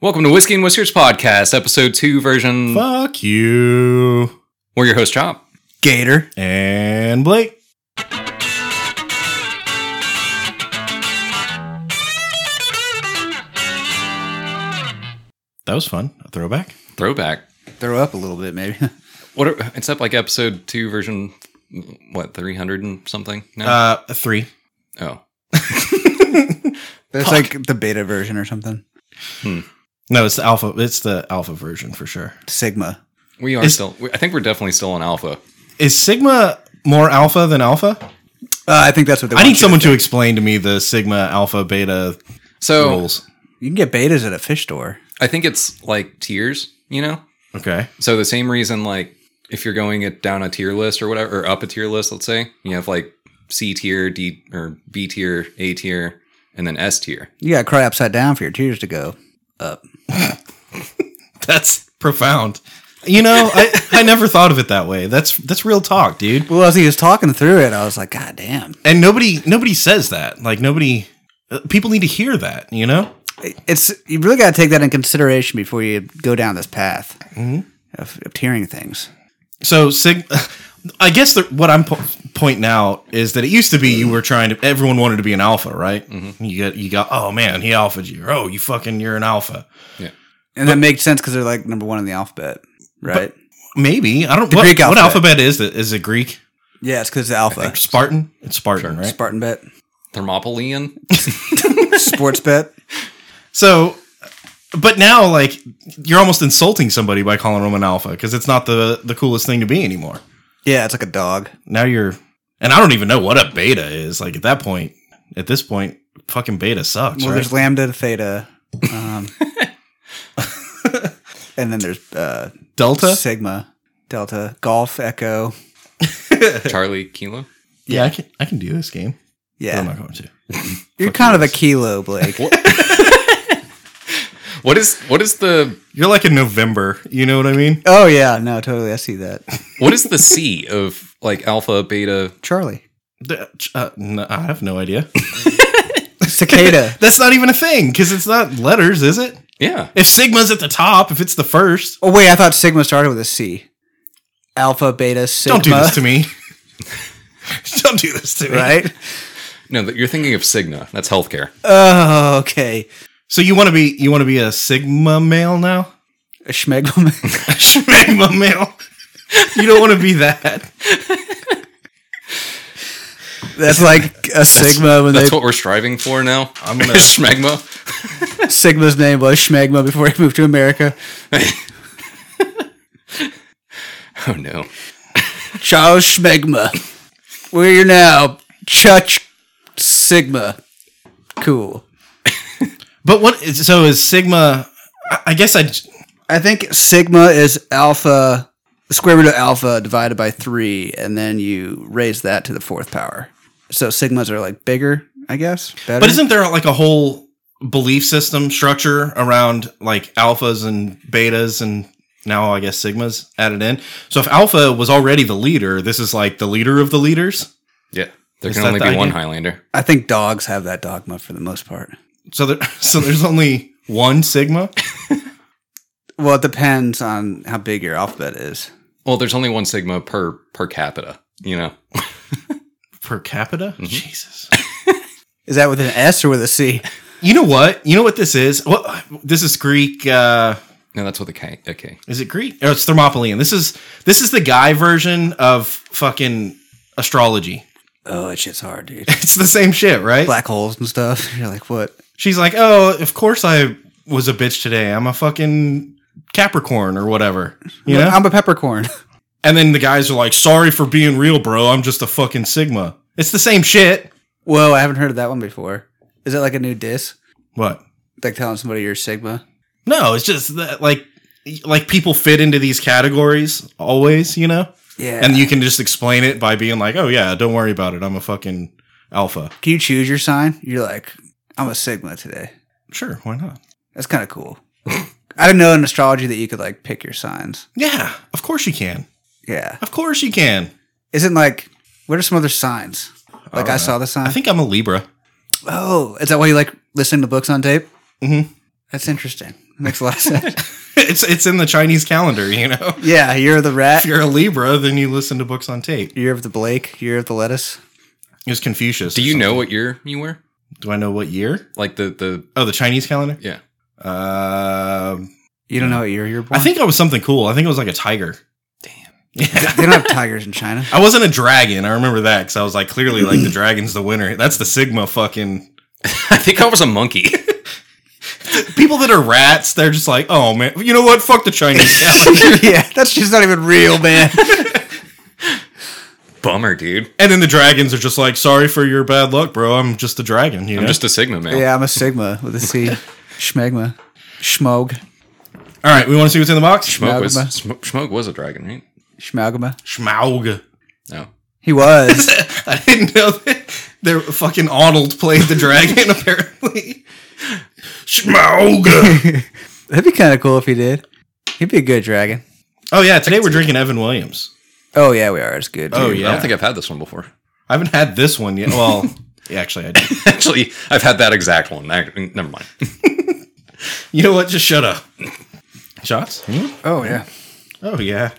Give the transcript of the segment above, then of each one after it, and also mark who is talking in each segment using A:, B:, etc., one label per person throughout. A: Welcome to Whiskey and Whiskers Podcast, episode two version.
B: Fuck you,
A: We're your host, Chop.
C: Gator.
B: and Blake. That was fun. A throwback.
A: Throwback.
C: Throw up a little bit, maybe.
A: What? Are, it's up like episode two version, what, 300 and something? No.
B: Uh, a three.
A: oh.
C: That's like the beta version or something.
B: No, it's the alpha. It's the alpha version for sure.
C: Sigma.
A: We are
B: Is-
A: still, we- I think we're definitely still on alpha.
B: Is Sigma more alpha than alpha?
C: Uh, I think that's what they.
B: I
C: want you
B: need someone
C: think.
B: to explain to me the Sigma, Alpha, Beta
A: So
B: rules.
C: You can get betas at a fish store.
A: I think it's like tiers, you know?
B: Okay.
A: So the same reason, like if you're going it down a tier list or whatever, or up a tier list, let's say you have like C tier, D or B tier, A tier, and then S tier.
C: You got to cry upside down for your tears to go.
B: That's profound. You know, I, I never thought of it that way. That's that's real talk, dude.
C: Well, as he was talking through it, I was like, God damn!
B: And nobody nobody says that. Like nobody uh, people need to hear that, you know?
C: It's you really got to take that in consideration before you go down this path
B: Mm-hmm.
C: of, of tearing things.
B: So sig- I guess the, what I'm po- pointing out is that it used to be you were trying to everyone wanted to be an alpha, right? You got you got oh man, he alphaed you. Oh, you fucking you're an alpha.
C: And that makes sense because they're like number one in the alphabet, right?
B: Maybe. I don't what,
C: Greek
B: what
C: alphabet.
B: alphabet is it? Is it Greek?
C: yeah, it's because alpha,
B: Spartan? It's Spartan, right?
C: Spartan bet,
A: Thermopolian.
C: sports bet.
B: So, but now like you're almost insulting somebody by calling them an alpha because it's not the the coolest thing to be anymore.
C: Yeah, it's like a dog.
B: Now you're, and I don't even know what a beta is. Like at that point, at this point, fucking beta sucks.
C: Well,
B: right?
C: there's lambda, theta, um, and then there's uh,
B: delta.
C: sigma, delta, golf, echo.
A: Charlie Kilo.
B: yeah, I can I can do this game. But I'm
C: Yeah,
B: not going to.
C: you're kind of a kilo, Blake.
A: What is what is the
B: You're like in November. You know what I mean?
C: oh yeah, no, totally. I see that,
A: what is the C of like alpha, beta?
C: Charlie.
B: The- Uh, no, I have no idea.
C: Cicada.
B: That's not even a thing because it's not letters, is it?
A: Yeah,
B: If sigma's at the top, if it's the first,
C: oh wait, I thought sigma started with a C. Alpha, beta, sigma.
B: don't do this to me. don't do this to me.
C: Right?
A: no, that you're thinking of Cigna. That's healthcare.
C: Oh, okay.
B: So you want to be you want to be a sigma male now?
C: A schmegma.
B: A Sigma male. You don't want to be that.
C: That's like a sigma when
A: That's
C: they
A: what we're striving for now.
B: I'm gonna-
A: Is Schmegma.
C: sigma's name was schmegma before he moved to America.
A: Oh no,
C: Charles Schmegma. Where you now? Chuch Sigma. Cool.
B: But what? Is, so is sigma? I, I guess I. j-
C: I think Sigma is alpha, square root of alpha divided by three, and then you raise that to the fourth power. So Sigmas are like bigger, I guess. Better.
B: But isn't there like a whole belief system structure around like alphas and betas and now I guess sigmas added in? So if alpha was already the leader, this is like the leader of the leaders.
A: yeah, there
B: Is
A: can
B: that
A: only
B: the
A: be one
B: idea?
A: Highlander.
C: I think dogs have that dogma for the most part.
B: So there, so there's only one sigma.
C: Well, it depends on how big your alphabet is.
A: Well, there's only one Sigma per per capita. You know,
B: Per capita? Jesus.
C: Is that with an S or with a C?
B: You know what? You know what this is? What this is Greek uh
A: no, that's with a K. A K.
B: Is it Greek? Oh, it's Thermopolian. This is this is the guy version of fucking astrology.
C: Oh, that shit's hard, dude.
B: It's the same shit, right?
C: Black holes and stuff. You're like, what?
B: She's like, "Oh, of course I was a bitch today. I'm a fucking Capricorn or whatever." You know?
C: I'm a peppercorn.
B: And then the guys are like, "Sorry for being real, bro. I'm just a fucking Sigma." It's the same shit.
C: Whoa, I haven't heard of that one before. Is that like a new diss?
B: What?
C: Like telling somebody you're Sigma?
B: No, it's just that like like people fit into these categories always, you know?
C: Yeah.
B: And you can just explain it by being like, "Oh yeah, don't worry about it. I'm a fucking alpha."
C: can you choose your sign? You're like, I'm a Sigma today.
B: Sure, why not?
C: That's kind of cool. I didn't know in astrology that you could like pick your signs.
B: Yeah, of course you can.
C: Yeah.
B: Of course you can.
C: Isn't like, what are some other signs? Like I, saw the sign.
B: I think I'm a Libra.
C: oh, is that why you like listening to books on tape?
B: Mhm.
C: That's interesting. Makes a lot of sense.
B: it's it's in the Chinese calendar, you know.
C: yeah, year of the
A: Uh,
C: rat,
B: If you're a Libra, then you listen to books on tape.
C: year of the Blake, year of the lettuce.
B: It was Confucius.
A: Do
B: or
A: you
B: something.
A: know what year you were?
B: Do I know what year?
A: Like the the
B: Oh, the Chinese calendar.
A: yeah.
B: Um,
C: You don't know what year you're born.
B: I think I was something cool. I think it was like a tiger. Damn. Yeah.
C: they don't have tigers in China.
B: I wasn't a dragon. I remember that because I was like, clearly, like the dragon's the winner. That's the Sigma fucking
A: I think I was a monkey.
B: people that are rats. They're just like, oh man, you know what? Fuck the Chinese calendar.
C: yeah, that's just not even real, man.
A: Bummer, dude.
B: and then the dragons are just like, sorry for your bad luck, bro. I'm just a dragon. You know.
A: I'm just a Sigma male.
C: yeah, I'm a Sigma with a C. Schmegma. Schmog.
B: All right, we want to see what's in the box.
A: Smoke was
C: Magma.
A: Smo- Smoke was a dragon, right?
C: Schmagma.
B: Schmaug.
A: No.
C: He was.
B: I didn't know that their fucking Arnold played the dragon. apparently. Schmaug.
C: That'd be kind of cool if he did. He'd be a good dragon.
B: Oh yeah, today we're drinking Evan Williams.
C: Oh, yeah, we are. It's good.
B: Oh,
C: dude.
A: I
B: yeah.
A: don't think I've had this one before.
B: I haven't had this one yet. Well, yeah, actually, I did.
A: Actually, I've had that exact one. Ac- Never mind.
B: You know what? Just shut up. Shots? Hmm?
C: Oh, yeah.
B: Oh yeah.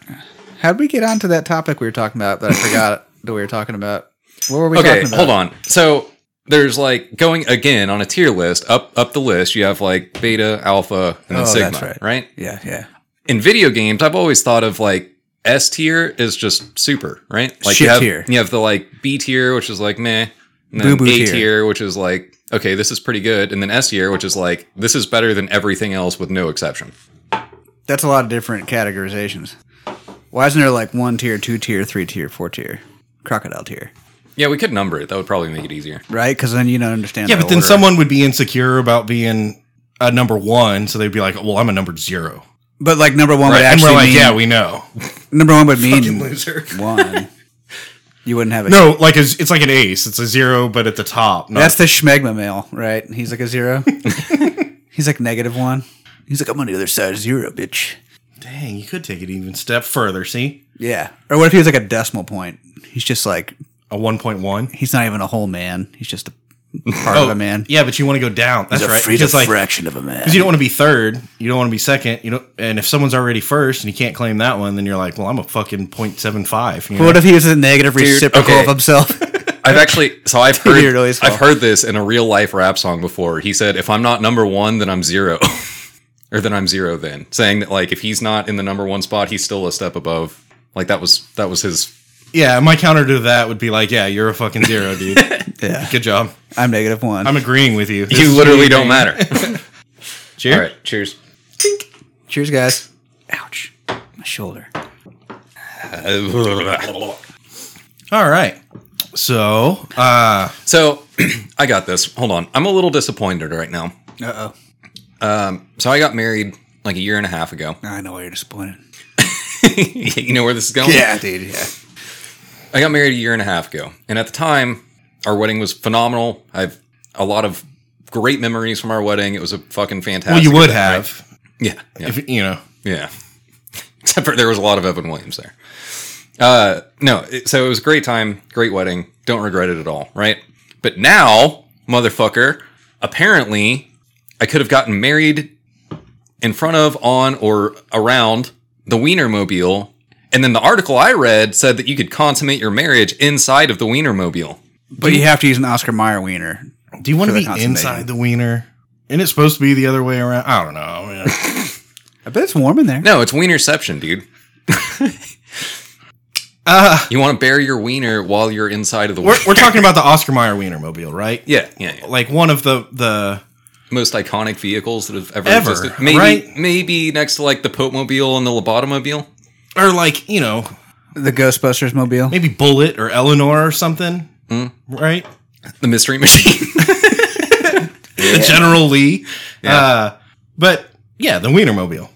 C: How'd we get onto that topic we were talking about that I forgot that we were talking about? What were we
A: okay,
C: talking about?
A: hold on. So there's like going again on a tier list up up the list. You have like beta, alpha, and then
C: Oh,
A: sigma,
C: that's right.
A: right?
C: Yeah, yeah.
A: in video games, I've always thought of like S tier is just super, right? Like
C: Shit
A: you have,
C: tier.
A: You have the like B tier, which is like meh. And then
C: Boo-boo
A: A
C: tier.
A: tier, which is like, okay, this is pretty good. And then S tier, which is like, this is better than everything else with no exception.
C: That's a lot of different categorizations. Why isn't there like one tier, two tier, three tier, four tier, crocodile tier?
A: Yeah, we could number it. That would probably make it easier.
C: Right? Because then you don't understand.
B: Yeah,
C: the
B: but then
C: order.
B: someone would be insecure about being a number one, so they'd be like, "Well, I'm a number zero.
C: But like number one
B: Right?
C: would
B: And
C: actually
B: we're like,
C: mean
B: "Yeah, we know."
C: number one would
B: Fucking
C: mean
B: loser.
C: one. You wouldn't have a
B: No, like it's, it's like an ace. It's a zero, but at the top. Not,
C: That's the Schmegma male, right? He's like a zero. He's like negative one. He's like I'm on the other side of zero, bitch.
B: dang. You could take it even step further. See,
C: Yeah. Or what if he was like a decimal point? He's just like
B: a one point one.
C: he's not even a whole man. He's just a part of a man.
B: Yeah, but you want to go down. That's
C: He's a
B: right.
C: free-
B: Because like, because
C: fraction of a man.
B: you don't want to be third. You don't want to be second. You don't. And if someone's already first and you can't claim that one, then you're like, "Well, I'm a fucking point seven five. You know?
C: What if he was a negative reciprocal
A: okay.
C: of himself?
A: I've actually, so I've heard,
C: You're always
A: I've
C: wrong.
A: heard this in a real life rap song before. He said, if I'm not number one, then I'm zero. or then I'm zero then. Saying that like, if he's not in the number one spot, he's still a step above. Like that was, that was his
B: Yeah, my counter to that would be like, yeah, you're a fucking zero, dude.
C: yeah.
B: Good job.
C: I'm negative one.
B: I'm agreeing with you. This
A: you
B: is
A: literally
B: me
A: don't
B: agreeing.
A: matter.
B: Cheer.
A: cheers.
C: Cheers, guys. Ouch. My shoulder.
B: All right. So, uh,
A: So, I got this. Hold on. I'm a little disappointed right now.
C: Uh oh.
A: So, I got married like a year and a half ago.
C: I know why you're disappointed.
A: you know where this is going?
C: dude. Yeah.
A: I got married a year and a half ago. And at the time, our wedding was phenomenal. I've a lot of great memories from our wedding. It was a fucking fantastic.
B: well, you would
A: event, right?
B: have,
A: Yeah. yeah.
B: if you know.
A: Yeah. Except for there was a lot of Evan Williams there. Uh, no, it- so it was a great time, great wedding. Don't regret it at all, right? But now, motherfucker, apparently I could have gotten married in front of, on, or around the Wienermobile. And then the article I read said that you could consummate your marriage inside of the Wienermobile.
C: But you have to use an Oscar Mayer wiener.
B: Do you want to
C: For the
B: be
C: consummation.
B: inside the wiener? And it's supposed to be the other way around. I don't know. I mean,
C: I bet it's warm in there.
A: No, it's Wienerception, dude.
B: uh,
A: You want to bury your wiener while you're inside of the
B: we're, we're talking about the Oscar Mayer wiener mobile, right?
A: Yeah, yeah, yeah.
B: Like one of the the
A: most iconic vehicles that have ever,
B: Ever,
A: existed. Maybe
B: right?
A: maybe next to like the Pope Mobile and the Lobotomobile.
B: or like you know
C: The Ghostbusters mobile.
B: maybe Bullet or Eleanor or something,
A: Hmm.
B: right?
A: The mystery machine.
B: The General Lee. Uh, but yeah, the wiener mobile.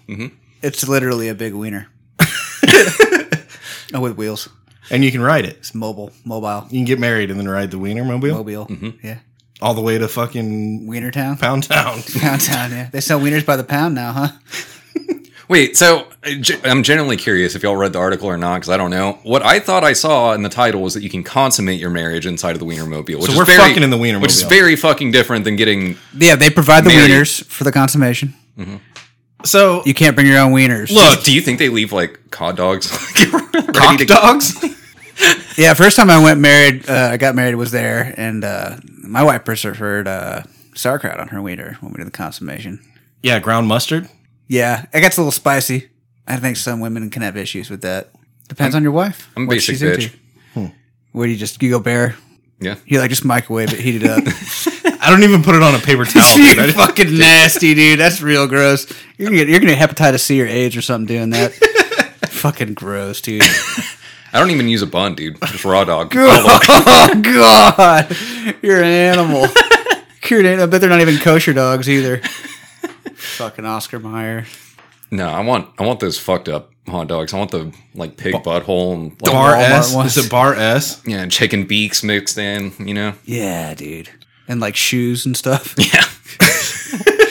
C: It's literally a big wiener. oh, with wheels.
B: and you can ride it.
C: It's mobile. Mobile.
B: You can get married and then ride the wiener mobile
C: Mobile. Yeah.
B: all the way to fucking
C: Wiener Town.
B: Pound Town.
C: Downtown, yeah. They sell wieners by the pound now, huh?
A: Wait, so uh, ge- I'm genuinely curious if y'all read the article or not because I don't know. What I thought I saw in the title was that you can consummate your marriage inside of the Wienermobile. Which
B: So
A: is
B: we're
A: very,
B: fucking in the Wienermobile.
A: which is very fucking different than getting.
C: Yeah, they provide the
A: Married.
C: wieners for the consummation.
B: So
C: You can't bring your own wieners.
B: Look.
A: Do you think they leave like cod dogs? like, ready
B: cock
A: to-
B: dogs.
C: Yeah, first time I went married, uh, I got married was there, and uh, my wife preferred uh, sauerkraut on her wiener when we did the consummation.
B: yeah, ground mustard.
C: Yeah, it gets a little spicy. I think some women can have issues with that. Depends on your wife.
A: I'm a
C: what
A: basic
C: she's into.
A: bitch.
C: Where do you just you go bare?
A: Yeah.
C: You like just microwave it, heat it up.
B: I don't even put it on a paper towel. dude. I
C: You're
B: just-
C: fucking nasty, dude. That's real gross. You're gonna get, you're gonna get hepatitis C or AIDS or something doing that. fucking gross, dude.
A: I don't even use a bun, dude. Just raw dog.
C: oh god, you're an animal. Cured an- I bet they're not even kosher dogs either. Fucking Oscar Mayer.
A: no, I want I want those fucked up hot dogs. I want the like pig butthole and like,
B: Bar
C: Walmart
B: S.
C: ones.
B: Is it bar S?
A: yeah, and chicken beaks mixed in. You know.
C: Yeah, dude. And like shoes and stuff.
A: Yeah.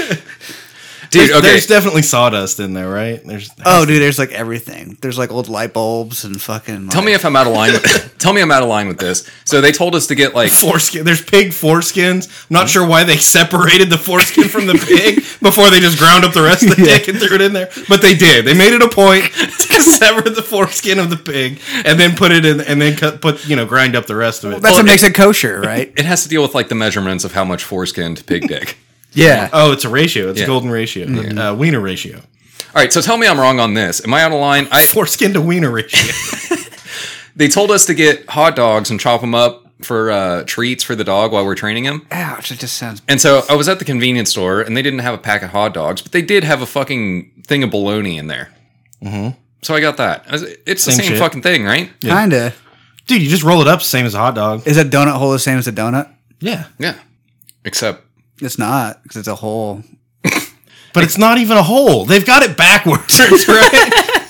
A: dude, okay.
B: There's definitely sawdust in there, right? There's
C: Oh, dude, there's like everything. There's like old light bulbs and fucking.
A: Tell me if I'm out of line. With, tell me I'm out of line with this. So they told us to get like
B: foreskin. There's pig foreskins. I'm not sure why they separated the foreskin from the pig before they just ground up the rest of the dick and threw it in there. But they did. They made it a point to sever the foreskin of the pig and then put it in and then cut, put you know grind up the rest of it.
C: That's what makes it kosher, right?
A: it has to deal with like the measurements of how much foreskin to pig dick.
C: yeah.
B: oh, it's a ratio. It's
A: Yeah.
B: a golden ratio. Uh, wiener ratio.
A: All right, so tell me I'm wrong on this. Am I out of line? I
B: Foreskin to wiener ratio.
A: they told us to get hot dogs and chop them up for uh, treats for the dog while we're training him.
C: Ouch! It just sounds.
A: And so I was at the convenience store and they didn't have a pack of hot dogs, but they did have a fucking thing of bologna in there. Mm-hmm. So I got that. I was- It's the
B: Same
A: same
B: shit.
A: fucking thing, right?
C: Kinda.
B: Dude, you just roll it up, same as a hot dog.
C: Is a donut hole the same as a donut?
B: Yeah.
A: Yeah. Except
C: It's not because it's a hole.
B: But it's not even a hole. They've got it backwards, right?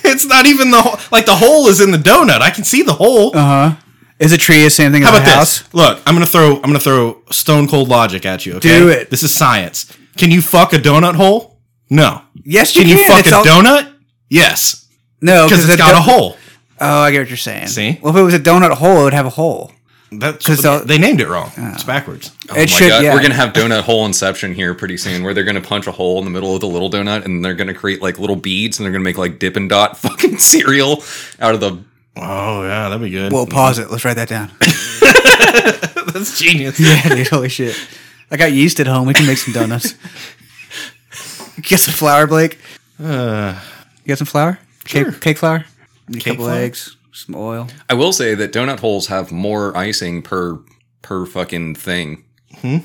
B: it's not even the hole. Like the hole is in the donut. I can see the hole.
C: Uh huh. Is a tree the same thing
B: Uh-huh. How
C: as a
B: about
C: house?
B: this? Look, I'm gonna throw I'm gonna throw stone cold logic at you. Okay?
C: Do it.
B: This is science. Can you fuck a donut hole? No.
C: Yes, you
B: Can
C: can.
B: you fuck
C: It's
B: a
C: all-
B: donut? Yes,
C: No,
B: because it's got
C: do-
B: a hole.
C: Oh, I get what you're saying.
B: See?
C: well, if it was a donut hole, it would have a hole.
B: That's
C: 'Cause
B: what-
C: the-
B: they named it wrong. It's backwards.
A: Oh
C: Ah. it
A: my
C: should.
A: God.
C: Yeah,
A: We're gonna have donut hole inception here pretty soon, where they're gonna punch a hole in the middle of the little donut, and they're gonna create like little beads, and they're gonna make like dip and dot fucking cereal out of the.
B: Oh yeah, that'd be good.
C: Well, pause it. Let's write that down.
B: that's genius.
C: yeah, dude, holy shit! I got yeast at home. We can make some donuts. get some flour, Blake.
B: Uh,
C: you got some flour?
B: sure.
C: Cake, cake flour. A couple
B: flour?
C: eggs. Some oil.
A: I will say that donut holes have more icing per per fucking thing. Hmm?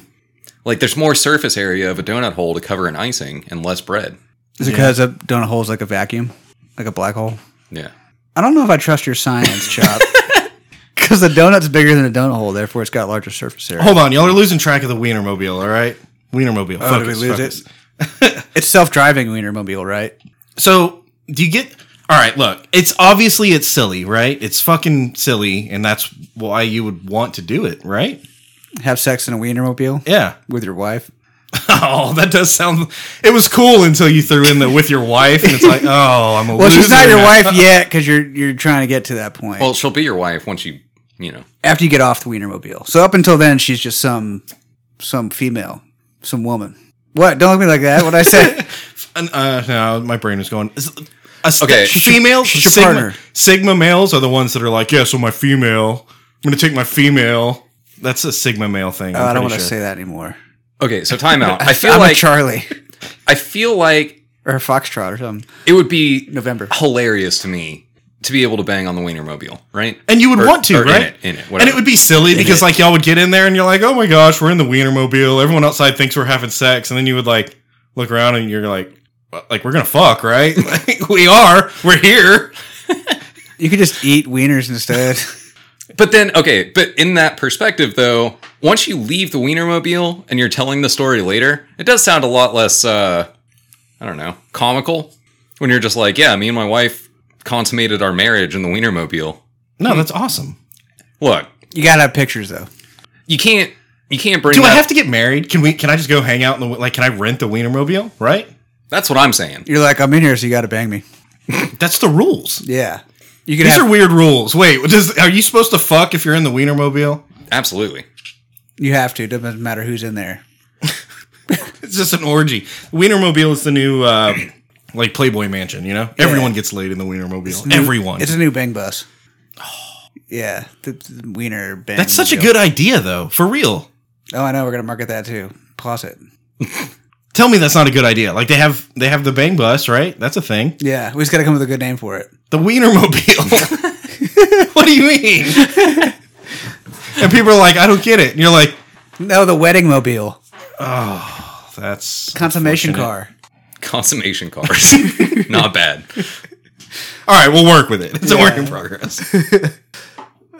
A: Like there's more surface area of a donut hole to cover an icing and less bread.
C: Is it because a donut hole is like a vacuum, like a black hole?
A: Yeah.
C: I don't know if I trust your science, Chop. Because the donut's bigger than a donut hole, therefore it's got larger surface area.
B: Hold on, y'all are losing track of the Wienermobile. All right, Wienermobile.
C: Oh, did
B: focus,
C: we lose
B: focus.
C: it? it's self-driving Wienermobile, right?
B: So do you get? All right, look, it's obviously it's silly, right? It's fucking silly, and that's why you would want to do it, right?
C: Have sex in a Wienermobile
B: Yeah.
C: with your wife.
B: Oh, that does sound. It was cool until you threw in the with your wife, and it's like, oh, I'm a
C: Well,
B: loser.
C: she's not your
B: now.
C: wife yet because you're you're trying to get to that point
A: Well, she'll be your wife once you you know.
C: after you get off the Wienermobile. So up until then, she's just some some female, some woman. What? Don't look at me like that. What I say?
B: And, uh, no, my brain is going. Is, a st-
A: Okay.
B: females,
C: She's your
B: Sigma,
C: partner.
B: Sigma males are the ones that are like, yeah, so my female, I'm gonna take my female. That's a Sigma male thing.
C: oh, I don't want
B: want
C: to say that anymore.
A: Okay, so timeout. I feel
C: I'm a
A: like
C: Charlie
A: I feel like
C: or a Foxtrot or something.
A: it would be
C: November.
A: hilarious to me to be able to bang on the Wienermobile, right?
B: And you would
A: Or-
B: want to,
A: or in
B: right?
A: it, in it,
B: and
A: whatever.
B: it would be silly because like y'all would get in there and you're like, oh my gosh, we're in the Wienermobile. Everyone outside thinks we're having sex, and then you would like look around and you're like, "Well, like we're gonna fuck, right? like, we are. We're here.
C: You could just eat wieners instead.
A: But then, okay, but in that perspective, though, once you leave the Wienermobile and you're telling the story later, it does sound a lot less, uh, I don't know, comical when you're just like, yeah, me and my wife consummated our marriage in the Wienermobile.
B: No, that's awesome.
A: Look,
C: you gotta have pictures though.
A: you can't, you can't bring.
B: Do I
A: that-
B: have to get married? Can we? Can I just go hang out in the like? Can I rent the Wienermobile? Right?
A: That's what I'm saying.
C: You're like I'm in here, so you gotta bang me.
B: That's the rules.
C: Yeah. You can
B: These
C: have,
B: are weird rules. Wait, does are you supposed to fuck if you're in the Wienermobile?
A: Absolutely.
C: you have to. Doesn't matter who's in there.
B: It's just an orgy. Wienermobile is the new uh, like Playboy Mansion, you know? Everyone gets laid in the Wienermobile. Everyone.
C: It's a new Bang Bus. Yeah, the, the Wiener Bang.
B: That's such a
C: deal.
B: good idea, though. For real.
C: Oh, I know. We're gonna market that too. Closet.
B: Tell me that's not a good idea. Like they have they have the bang bus, right? That's a thing.
C: Yeah, we just gotta come up with a good name for it.
B: The Wienermobile. what do you mean? and people are like, I don't get it. And you're like,
C: No, the wedding mobile,
B: that's
C: consummation car.
A: Consummation cars. Not bad.
B: All right, we'll work with it. It's a work
C: Yeah.
B: in progress.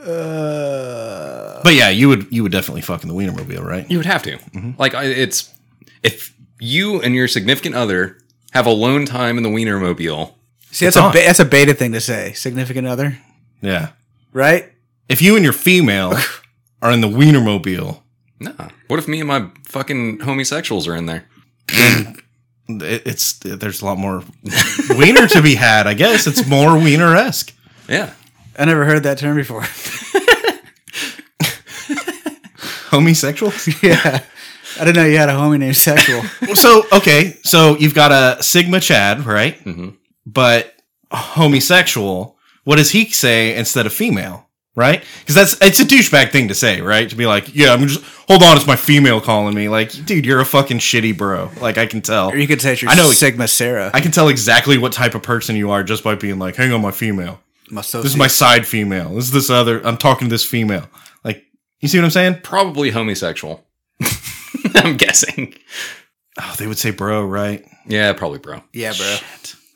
C: Uh,
B: but yeah, you would you would definitely fuck in the Wienermobile, right?
A: You would have to. Like I- it's if you and your significant other have alone time in the Wienermobile.
C: See, that's
B: It's
C: a
B: on.
C: ba- that's a beta thing to say. Significant other,
B: Yeah.
C: right?
B: If you and your female are in the Wienermobile,
A: Nah. What if me and my fucking homosexuals are in there?
B: it, it's there's a lot more wiener to be had. I guess it's more wiener esque.
A: Yeah.
C: I never heard that term before.
B: Homosexual.
C: yeah, I didn't know you had a homie named Sexual.
B: so okay, so you've got a Sigma Chad, right?
C: Mm-hmm.
B: But homosexual. What does he say instead of female? Right? Because that's it's a douchebag thing to say, right? To be like, yeah, I'm just hold on, it's my female calling me. Like, dude, you're a fucking shitty bro. Like, I can tell.
C: or you could say it's your
B: I know-
C: Sigma Sarah.
B: I can tell exactly what type of person you are just by being like, hang on, my female.
C: my
B: This is my side female. This is this other. I'm talking to this female. Like, you see what I'm saying?
A: Probably homosexual. I'm guessing.
B: Oh, they would say bro, right?
A: Yeah, probably bro.
C: yeah, bro,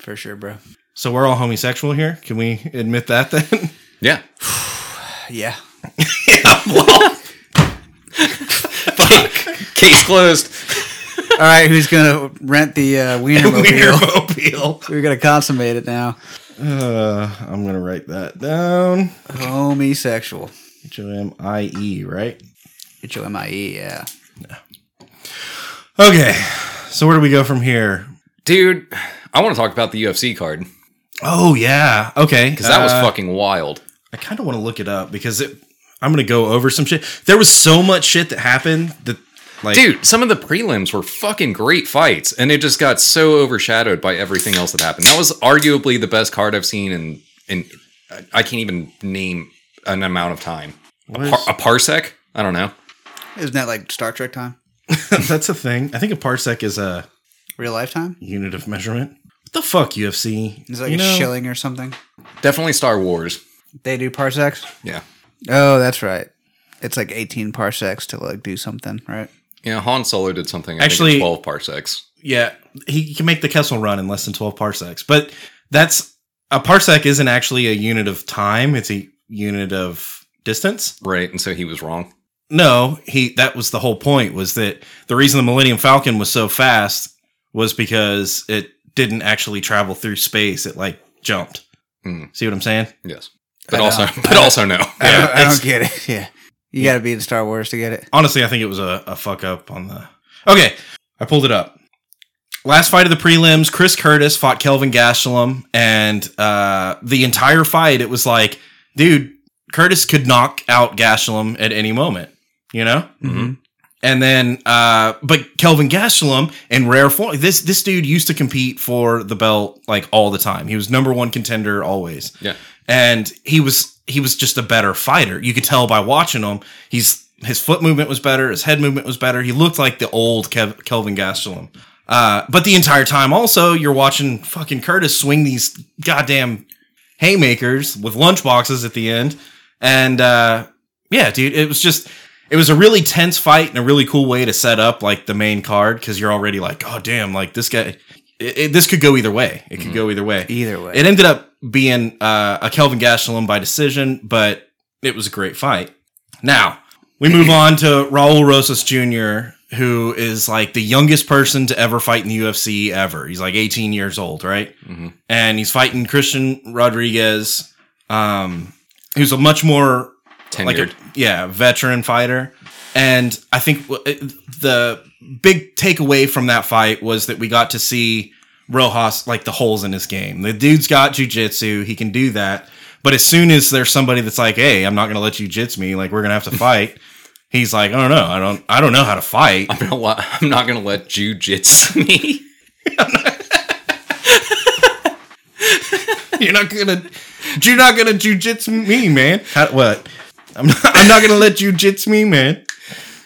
C: for sure, bro.
B: So we're all homosexual here. Can we admit that then?
A: Yeah.
C: Yeah,
A: Fuck. Case closed.
C: All right, who's gonna rent the uh, Wiener mobile?
B: Wienermobile.
C: We're gonna consummate it now.
B: Uh, I'm gonna write that down.
C: Homie Sexual.
B: H O M I E, right?
C: H O M I E. Yeah.
B: Okay. So where do we go from here?
A: Dude, I want to talk about the UFC card because
B: Oh yeah. Okay. Because
A: that was fucking wild.
B: I kind of want to look it up because it, I'm gonna go over some shit. There was so much shit that happened that, like,
A: Dude, some of the prelims were fucking great fights, and it just got so overshadowed by everything else that happened. That was arguably the best card I've seen in in I- I can't even name an amount of time.
B: what
A: Par-
B: is-
A: a parsec? I don't know.
C: Isn't that like Star Trek time?
B: that's a thing. I think a parsec is a
C: Real life time?
B: unit of measurement. What the fuck, UFC?
C: Is it like
B: You
C: a
B: know?
C: shilling or something?
A: Definitely Star Wars.
C: They do parsecs?
A: Yeah.
C: Oh, that's right. It's like 18 parsecs to like do something, right?
A: Yeah, Han Solo did something I
B: Actually-
A: think in 12 parsecs.
B: Yeah, he can make the Kessel Run in less than twelve parsecs, but that's a parsec isn't actually a unit of time; it's a unit of distance.
A: Right, and so he was wrong.
B: No, he that was the whole point was that the reason the Millennium Falcon was so fast was because it didn't actually travel through space; it like jumped.
A: Hmm.
B: See what I'm saying?
A: Yes. But
C: know.
A: also but also no.
C: I don't- I, don't,
B: it's-
C: get it. Yeah. You got to be in Star Wars to get it.
B: Honestly, I think it was a, a fuck up on the. Okay, I pulled it up. Last fight of the prelims, Chris Curtis fought Kelvin Gastelum, and uh, the entire fight, it was like, dude, Curtis could knock out Gastelum at any moment, you know.
A: Mhm.
B: And then, uh, but Kelvin Gastelum in rare form, this this dude used to compete for the belt like all the time. He was number one contender always
A: Yeah.
B: and he was he was just a better fighter. You could tell by watching him. He's his foot movement was better, his head movement was better. He looked like the old Kev- Kelvin Gastelum. Uh, but the entire time, also, you're watching fucking Curtis swing these goddamn haymakers with lunchboxes at the end, and uh, yeah, dude, it was just it was a really tense fight and a really cool way to set up like the main card because you're already like, oh damn, like this guy, it, it- this could go either way. It could go either way.
C: Either way.
B: It ended up being uh, a Kelvin Gastelum by decision, but it was a great fight. Now we move on to Raul Rosas Jr., who is like the youngest person to ever fight in the UFC ever. He's like 18 years old, right?
A: Mhm.
B: And he's fighting Christian Rodriguez, um, who's a much more
A: Tenured.
B: like a, yeah, veteran fighter. And I think w- it- the big takeaway from that fight was that we got to see Rojas like the holes in his game. The dude's got jujitsu; he can do that. But as soon as there's somebody that's like, "Hey, I'm not going to let you jits me. Like, we're going to have to fight," he's like, "I don't know. I don't. I don't know how to fight."
A: I'm not, I'm not gonna let jujitsu me.
B: You're not gonna, you're not gonna jujitsu me, man. How, what? I'm not, I'm not gonna let jujitsu me, man.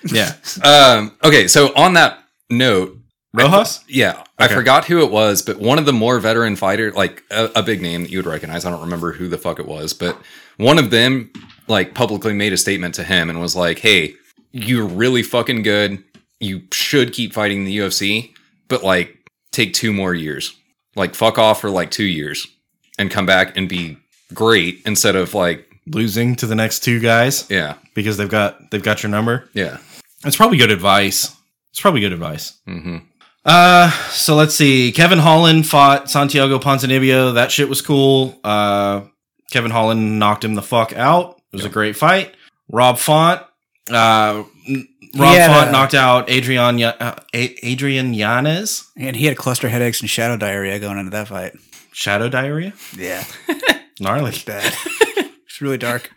B: Yeah,
A: Um, okay, so on that note,
B: Rojas.
A: yeah, I
B: Okay.
A: forgot who it was, but one of the more veteran fighter, like a, a big name that you would recognize. I don't remember who the fuck it was, but one of them like publicly made a statement to him and was like, "Hey, you're really fucking good. You should keep fighting the UFC, but like take two more years. Like fuck off for like 2 years and come back and be great instead of like
B: Losing to the next two guys
A: yeah,
B: because they've got they've got your number.
A: yeah.
B: That's probably good advice. It's probably good advice.
A: Mhm.
B: Uh, so let's see. Kevin Holland fought Santiago Ponzinibbio. That shit was cool. Uh, Kevin Holland knocked him the fuck out. It was a great fight. Rob Font. Uh, n- Rob
C: Yeah.
B: Font knocked out Adrian Ya- uh, A- Adrian Yanez.
C: And he had cluster headaches and shadow diarrhea going into that fight.
B: Shadow diarrhea.
C: Yeah,
B: Gnarly.
C: bad. it's really dark.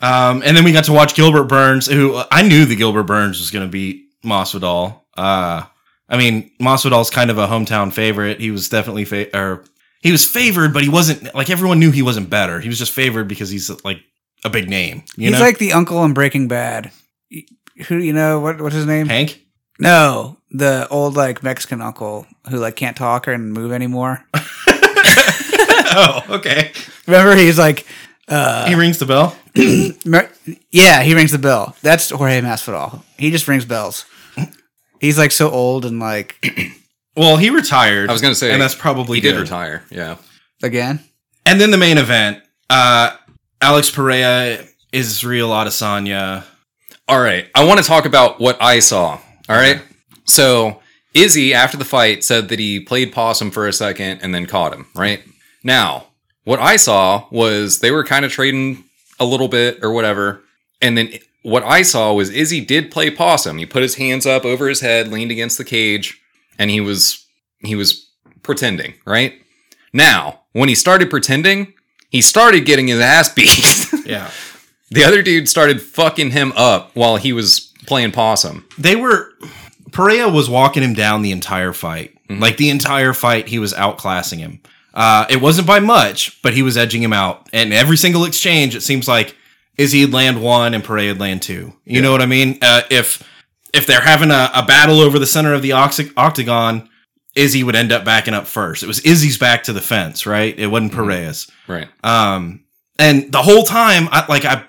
B: Um, and then we got to watch Gilbert Burns, who uh, I knew that Gilbert Burns was going to beat Masvidal. Uh, I mean, Masvidal's kind of a hometown favorite. He was definitely fa- or he was favored, but he wasn't like everyone knew he wasn't better. He was just favored because he's like a big name. You
C: He's
B: know,
C: like the uncle in Breaking Bad. Who you know what? What's his name?
B: Hank.
C: No, the old like Mexican uncle who like can't talk and move anymore.
B: oh, okay.
C: Remember, he's like, uh,
B: he rings the bell.
C: mer- yeah, he rings the bell. That's Jorge Masvidal. He just rings bells. He's like so old and like
B: Well, he retired.
A: I was going to say
B: and that's probably
A: he did
B: good.
A: retire. Yeah.
C: again.
B: And then the main event, uh, Alex Perea, Israel Adesanya.
A: All right. I want to talk about what I saw. All right. So Izzy, after the fight, said that he played possum for a second and then caught him. Right. Now, what I saw was they were kind of trading a little bit or whatever. And then what I saw was Izzy did play possum. He put his hands up over his head, leaned against the cage, and he was he was pretending, right? Now, when he started pretending, he started getting his ass beat.
B: Yeah.
A: The other dude started fucking him up while he was playing possum.
B: they were Perea was walking him down the entire fight. Like the entire fight, he was outclassing him. Uh, it wasn't by much, but he was edging him out. And every single exchange, it seems like Izzy would land one and Perea would land two. You know what I mean? Uh, if if they're having a, a battle over the center of the oxy- octagon, Izzy would end up backing up first. It was Izzy's back to the fence, right? It wasn't Perea's.
A: Right.
B: Um, and the whole time, I like I,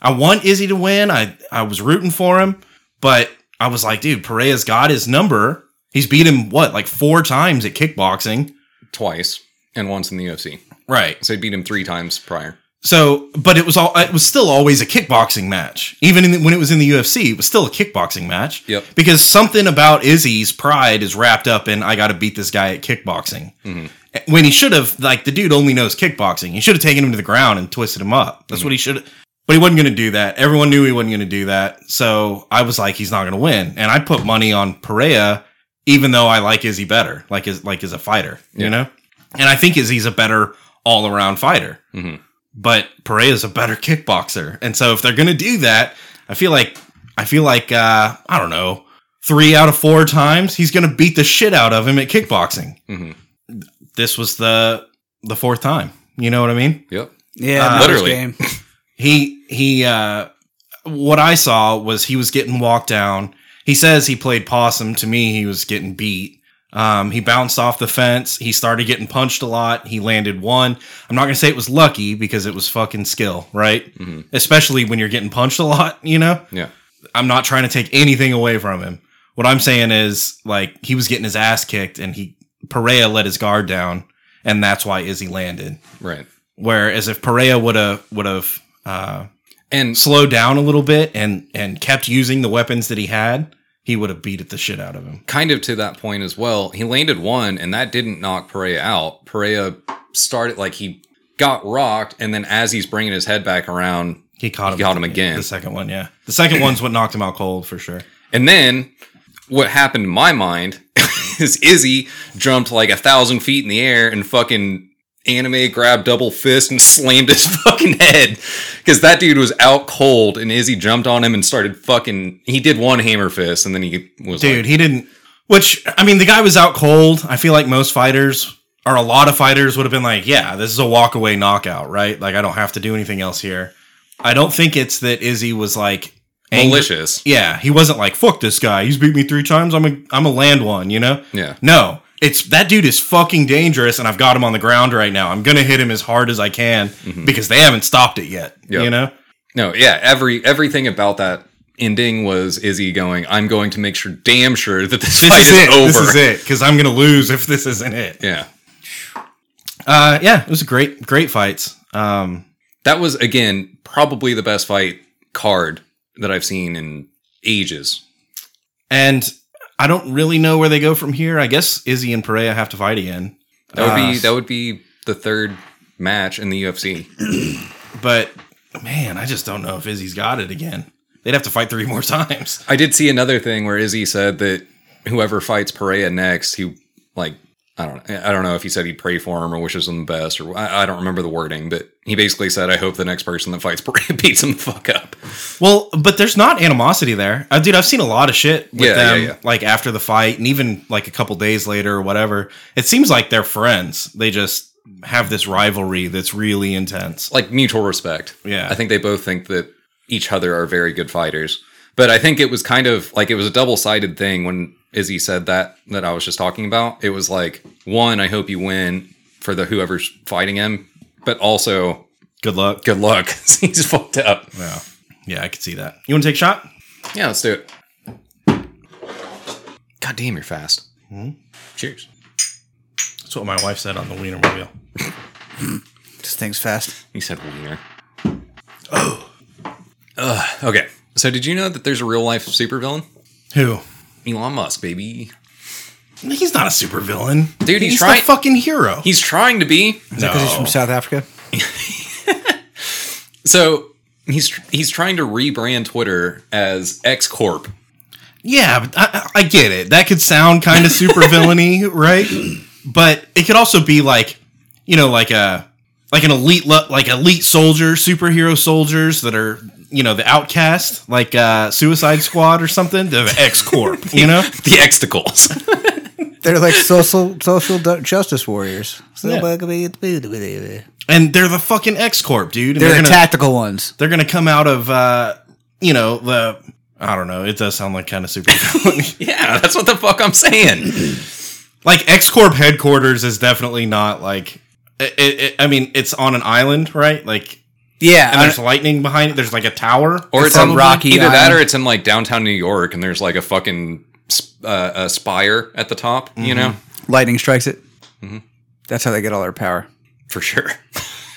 B: I want Izzy to win. I I was rooting for him, but I was like, dude, Perea's got his number. He's beat him what like four times at kickboxing,
A: Twice and once in the UFC.
B: right?
A: So he beat him three times prior.
B: So, but it was all it was still always a kickboxing match. Even in the, when it was in the UFC, it was still a kickboxing match.
A: Yep.
B: Because something about Izzy's pride is wrapped up in I got to beat this guy at kickboxing. When he should have like the dude only knows kickboxing. He should have taken him to the ground and twisted him up. That's what he should but he wasn't going to do that. Everyone knew he wasn't going to do that. So, I was like he's not going to win. And I put money on Perea even though I like Izzy better, like is like as a fighter,
A: Yeah.
B: you know? And I think Izzy's a better all-around fighter but Perea's a better kickboxer. And so if they're going to do that, I feel like I feel like uh, I don't know, 3 out of 4 times he's going to beat the shit out of him at kickboxing.
A: hmm
B: This was the the fourth time. You know what I mean?
A: Yep.
C: Yeah,
B: Uh,
C: numbers
A: literally.
C: game.
B: He he uh what I saw was he was getting walked down. He says he played possum. To me, he was getting beat. Um, he bounced off the fence. He started getting punched a lot. He landed one. I'm not gonna say it was lucky because it was fucking skill, right?
A: hmm
B: especially when you're getting punched a lot, you know?
A: Yeah.
B: I'm not trying to take anything away from him. What I'm saying is like he was getting his ass kicked and he Perea let his guard down and that's why Izzy landed.
A: Right.
B: Whereas if Perea would have would have uh
A: And
B: slowed down a little bit and and kept using the weapons that he had, he would have beat the shit out of him.
A: kind of to that point as well, he landed one and that didn't knock Perea out. Perea started like he got rocked and then as he's bringing his head back around
B: He caught him.
A: got him again.
B: The second one, yeah. The second one's what knocked him out cold for sure.
A: And then what happened in my mind is Izzy jumped like a thousand feet in the air and fucking anime grabbed double fist and slammed his fucking head because that dude was out cold and Izzy jumped on him and started fucking. He did one hammer fist and then he was
B: dude
A: like,
B: he didn't which i mean the guy was out cold i feel like most fighters or a lot of fighters would have been like, yeah, this is a walk away knockout, right? Like I don't have to do anything else here. I don't think it's that Izzy was like angry-
A: Malicious.
B: Yeah, he wasn't like fuck this guy. He's beat me three times. I'm a I'm a land one, you know.
A: Yeah.
B: No, it's that dude is fucking dangerous, and I've got him on the ground right now. I'm gonna hit him as hard as I can
A: Mm-hmm.
B: because they haven't stopped it yet.
A: Yeah.
B: You know.
A: No, yeah, every everything about that ending was Izzy going, I'm going to make sure damn sure that this,
B: This
A: fight
B: is,
A: is,
B: it.
A: over.
B: This is it. Because I'm gonna lose if this isn't it.
A: Yeah.
B: Uh, yeah, it was a great, great fights. Um,
A: That was again probably the best fight card that I've seen in ages.
B: and I don't really know where they go from here. I guess Izzy and Perea have to fight again.
A: That would be
B: Uh,
A: that would be the third match in the UFC.
B: But man, I just don't know if Izzy's got it again. They'd have to fight three more times.
A: I did see another thing where Izzy said that whoever fights Perea next, he like I don't I don't know if he said he'd pray for him or wishes him the best or I, I don't remember the wording, but he basically said, "I hope the next person that fights Perea beats him the fuck up."
B: Well, but there's not animosity there, uh, dude. I've seen a lot of shit with
A: Yeah, yeah,
B: them,
A: yeah.
B: like after the fight, and even like a couple days later or whatever. It seems like they're friends. They just have this rivalry that's really intense.
A: Like mutual respect.
B: Yeah.
A: I think they both think that each other are very good fighters. But I think it was kind of like it was a double sided thing when Izzy said that that I was just talking about. It was like one, I hope you win for the whoever's fighting him, but also
B: Good luck.
A: good luck. 'cause He's fucked up.
B: Yeah, yeah, I could see that. You want to take a shot?
A: Yeah, let's do it. God damn, you're fast. Cheers.
B: That's what my wife said on the Wienermobile.
C: Just things fast.
A: You said wiener. Oh. Ugh. Okay. So did you know that there's a real life supervillain?
B: Who?
A: Elon Musk, baby.
B: He's not a supervillain,
A: Dude, he's
B: he's
A: trying-
B: the fucking hero.
A: He's trying to be.
B: no.
C: Because he's from South Africa.
A: So he's he's trying to rebrand Twitter as X Corp.
B: Yeah, but I, I I get it. That could sound kind of super villainy, right? But it could also be like, you know, like a like an elite lo- like elite soldier, superhero soldiers that are you know the outcast, like uh, Suicide Squad or something. The X Corp, you know.
A: The Xticles.
C: They're like social social du- justice warriors. So
B: Yeah.
C: They're,
B: And they're the fucking X Corp, dude. And
C: the
B: gonna,
C: tactical ones.
B: they're gonna come out of uh, you know the I don't know. It does sound like kind of super villainy.
A: yeah, that's what the fuck I'm saying.
B: like X Corp headquarters is definitely not like. It, it, it, I mean, it's on an island, right? Like
C: Yeah,
B: And there's lightning behind it. There's like a tower.
A: Or it's
C: From
A: on
C: Rocky
A: Either that,
C: Island.
A: or it's in like downtown New York, and there's like a fucking sp- uh, a spire at the top. You know,
C: lightning strikes it.
A: Mm-hmm.
C: That's how they get all their power.
A: for sure.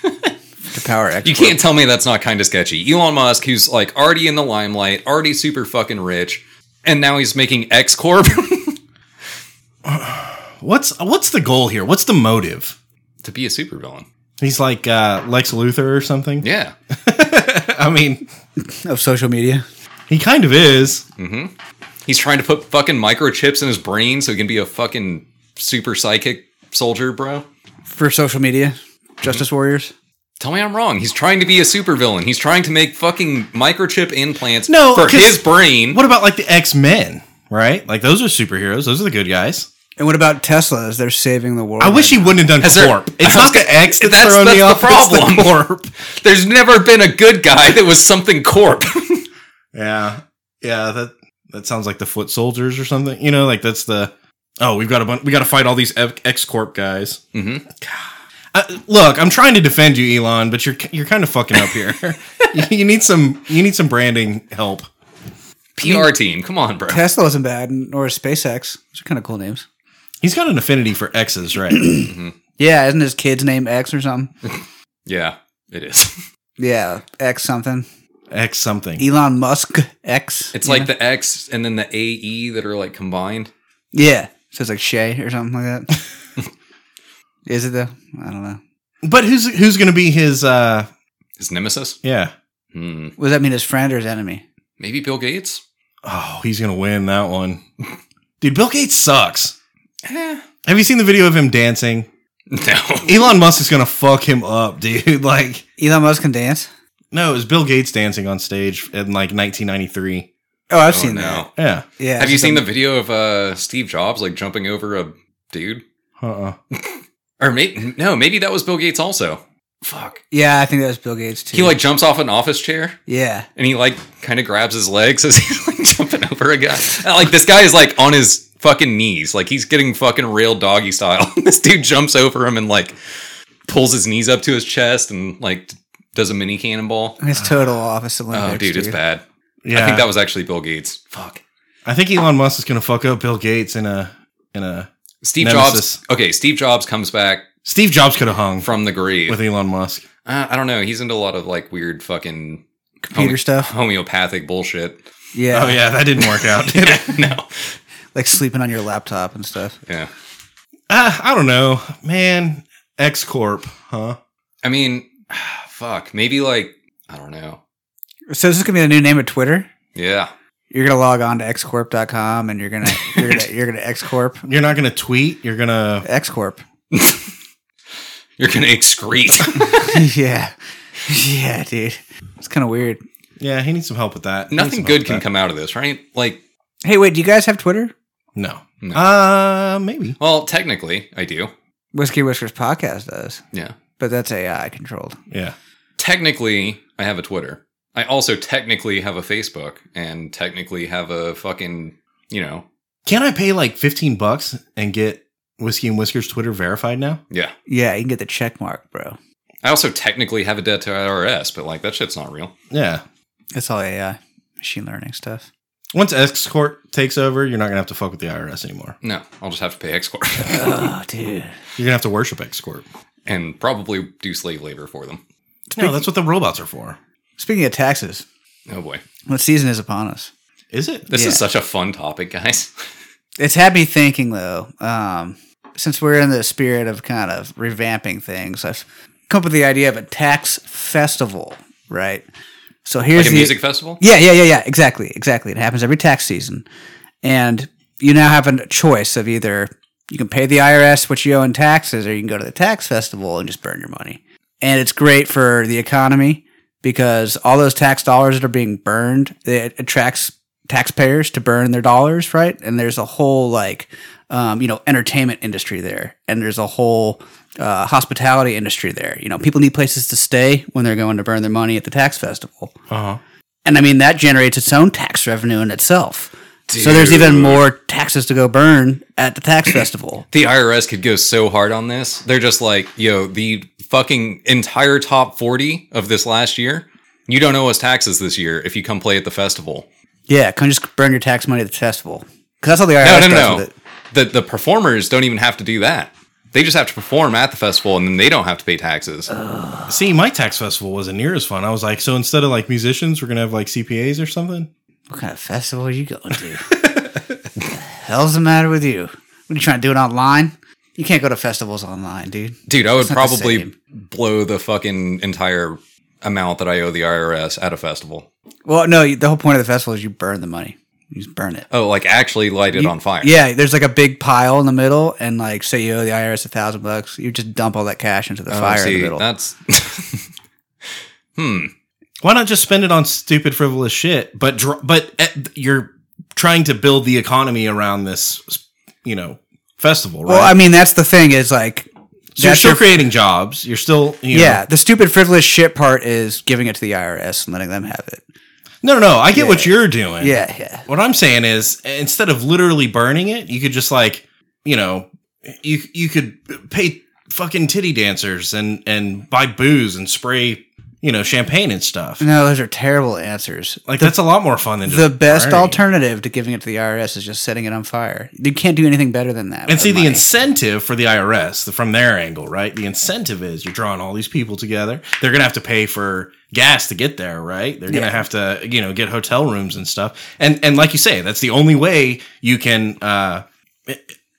C: To power X.
A: You can't tell me that's not kind of sketchy. Elon Musk, who's like already in the limelight, already super fucking rich, and now he's making X Corp.
B: What's what's the goal here? What's the motive?
A: to be a supervillain.
B: He's like uh, Lex Luthor or something.
A: Yeah.
B: I mean,
C: of social media.
B: he kind of is.
A: Hmm. He's trying to put fucking microchips in his brain so he can be a fucking super psychic soldier, bro.
C: for social media,
A: Mm-hmm.
C: Justice Warriors.
A: Tell me I'm wrong. He's trying to be a supervillain. He's trying to make fucking microchip implants
B: No,
A: for
B: 'cause-
A: his brain.
B: What about like the X Men? Right? Like those are superheroes. Those are the good guys.
C: And what about Tesla? As they're saving the world.
B: I wish he wouldn't have done
A: Has there-
B: Corp.
A: I
B: It's
A: was
B: not the
A: gonna-
B: X that's,
A: that's-
B: throwing me
A: that's
B: off.
A: the
B: It's the
A: problem.
B: Corp.
A: There's never been a good guy that was something corp.
B: Yeah, yeah. That that sounds like the Foot Soldiers or something. You know, like that's the. Oh, we've got a bunch. We got to fight all these X Corp guys.
A: hmm
B: Uh, look, I'm trying to defend you, Elon, but you're you're kind of fucking up here. you, you need some you need some branding help.
A: PR team. Come on, bro.
C: Tesla wasn't bad, or SpaceX. Those are kind of cool names.
B: He's got an affinity for X's, right?
C: Yeah, isn't his kid's name X or something?
A: Yeah, it is.
C: Yeah, X something.
B: X something.
C: Elon Musk X.
A: It's
C: you
A: like
C: know?
A: the X and then the AE that are like combined.
C: yeah. So it's like Shay or something like that. Is it though? I don't know.
B: But who's who's going to be his? uh
A: His nemesis?
B: Yeah.
A: Hmm.
C: What does that mean? His friend or his enemy?
A: Maybe Bill Gates?
B: Oh, he's going to win that one, dude. Bill Gates sucks.
A: Eh.
B: Have you seen the video of him dancing?
A: No.
B: Elon Musk is going to fuck him up, dude. Like,
C: Elon Musk can dance.
B: no, it was Bill Gates dancing on stage in like 1993.
C: Oh, I've
A: Oh,
C: seen that.
A: no.
B: Yeah.
C: Yeah.
A: Have you
C: it's
A: seen
C: a-
A: the video of uh, Steve Jobs like jumping over a dude?
B: Uh. uh
A: Or maybe no, maybe that was Bill Gates also. Fuck.
C: Yeah, I think that was Bill Gates too.
A: He like jumps off an office chair
C: yeah,
A: and he like kind of grabs his legs as he's like jumping over a guy. And, like this guy is like on his fucking knees, like he's getting fucking real doggy style. this dude jumps over him and like pulls his knees up to his chest and like does a mini cannonball.
C: it's total office Olympics.
A: Oh, dude, it's bad.
B: Yeah,
A: I think that was actually Bill Gates. Fuck.
B: Elon Musk is gonna fuck up Bill Gates in a in a.
A: Steve
B: Nemesis.
A: Jobs. Okay, Steve Jobs comes back
B: Steve Jobs could have hung
A: from the grave.
B: with Elon Musk.
A: Uh, I don't know. He's into a lot of like weird fucking
C: Computer
A: Oh,
C: stuff.
A: homeopathic bullshit.
C: Yeah,
B: Oh yeah, that didn't work out. did it?
A: no.
C: like sleeping on your laptop and stuff.
A: Yeah.
B: Uh, I don't know, man. X Corp, huh?
A: I mean, fuck. Maybe like I don't know.
C: So this is gonna be the new name of Twitter.
A: Yeah.
C: You're gonna log on to xcorp.com and you're gonna you're gonna, you're gonna xcorp
B: You're not gonna tweet. You're gonna
C: xcorp.
A: You're gonna excrete.
C: yeah, yeah, dude. It's kind of weird.
B: yeah. He needs some help with that. He needs
A: Nothing
B: some
A: good
B: help
A: can
B: with
A: come out of this, right? Like,
C: Hey, wait, do you guys have Twitter?
B: that. No.
A: No.
B: Uh, maybe.
A: well, technically, I do.
C: Whiskey Whiskers podcast does,
A: Yeah.
C: but that's AI controlled.
B: Yeah.
A: Technically, I have a Twitter. I also technically have a Facebook, and technically have a fucking you know
B: Can I pay like fifteen bucks and get Whiskey and Whiskers Twitter verified now?
A: yeah.
C: Yeah, you can get the check mark, bro.
A: I also technically have a debt to IRS, but like that shit's not real.
B: Yeah.
C: It's all AI, machine learning stuff.
B: Once X Corp takes over, you're not gonna have to fuck with the IRS anymore.
A: No, I'll just have to pay X Corp
C: oh, dude.
B: You're gonna have to worship X Corp.
A: and probably do slave labor for them.
B: No, that's what the robots are for.
C: Speaking of taxes,
A: Oh boy.
C: what season is upon us?
B: Is it?
A: This
C: Yeah.
A: is such a fun topic, guys.
C: It's had me thinking though. Um, since we're in the spirit of kind of revamping things, I've come up with the idea of a tax festival, right? So here's
A: Like a
C: the
A: music festival?
C: Yeah, yeah, yeah, yeah. Exactly, exactly. It happens every tax season, and you now have a choice of either you can pay the IRS what you owe in taxes, or you can go to the tax festival and just burn your money. And it's great for the economy because all those tax dollars that are being burned, it attracts taxpayers to burn their dollars, right? And there's a whole like, um, you know, entertainment industry there, and there's a whole uh, hospitality industry there. You know, people need places to stay when they're going to burn their money at the tax festival.
B: Uh huh.
C: And I mean, that generates its own tax revenue in itself. So there's even more taxes to go burn at the tax festival.
A: The IRS could go so hard on this. They're just like, yo, the fucking entire top 40 of this last year, you don't owe us taxes this year if you come play at the festival.
C: Yeah, come just burn your tax money at the festival. Because that's all the IRS
A: No, no,
C: does
A: no.
C: with it.
A: The, the performers don't even have to do that. They just have to perform at the festival and then they don't have to pay taxes.
C: Uh,
B: See, my tax festival wasn't near as fun. I was like, so instead of like musicians, we're gonna have like CPAs or something.
C: What kind of festival are you going to? the hell's the matter with you? What are you trying to do it online? You can't go to festivals online, dude.
A: Dude, I would
C: not the
A: probably
C: same.
A: blow the fucking entire amount that I owe the IRS at a festival.
C: Well, no, you- the whole point of the festival is you burn the money. You just burn it.
A: Oh, like actually light it on fire.
C: Yeah, there's like a big pile in the middle, and like, say you owe the IRS a thousand bucks, you just dump all that cash into the
A: Oh,
C: fire in
A: see,
C: the middle.
A: That's hmm.
B: Why not just spend it on stupid, frivolous shit? But dr- but eh, you're trying to build the economy around this, you know, festival, right?
C: Well, I mean, that's the thing is like,
B: so you're
C: that's
B: still
C: your-
B: creating jobs. You're still, you know-
C: yeah, the stupid frivolous shit part is giving it to the IRS and letting them have it.
B: No, no, no. I get what you're doing.
C: Yeah, yeah.
B: What I'm saying is, instead of literally burning it, you could just like, you know, you you could pay fucking titty dancers and and buy booze and spray, you know, champagne and stuff.
C: No, those are terrible answers.
B: Like that's a lot more fun than just
C: The best
B: burning.
C: alternative to giving it to the IRS is just setting it on fire. You can't do anything better than that.
B: And
C: with
B: see the
C: money.
B: incentive for the IRS the, from their angle, right? The incentive is you're drawing all these people together. They're gonna have to pay for gas to get there, right? They're gonna
C: Yeah.
B: have to, you know, get hotel rooms and stuff. And and like you say, that's the only way you can uh,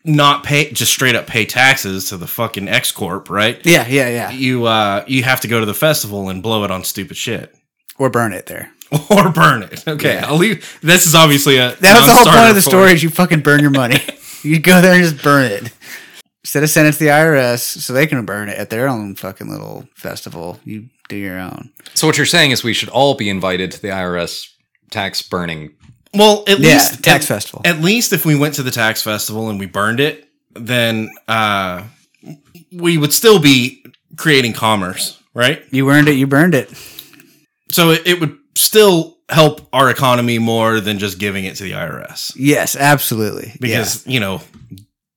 B: not pay just straight up pay taxes to the fucking X corp, right?
C: yeah, yeah, yeah,
B: You uh, you have to go to the festival and blow it on stupid shit.
C: or burn it there.
B: Or burn it. Okay, I'll leave. This is obviously a
C: That was the whole point
B: non-starter
C: of the
B: for-
C: story is you fucking burn your money. you go there and just burn it. Instead of sending it to the IRS so they can burn it at their own fucking little festival, you do your own.
A: So what you're saying is we should all be invited to the IRS tax burning.
B: Well, at
C: Yeah,
B: least
C: tax
B: at-
C: festival.
B: At least if we went to the tax festival and we burned it, then uh, we would still be creating commerce, right?
C: You earned it. You burned it.
B: So it, it would still help our economy more than just giving it to the IRS
C: Yes, absolutely.
B: because, you know,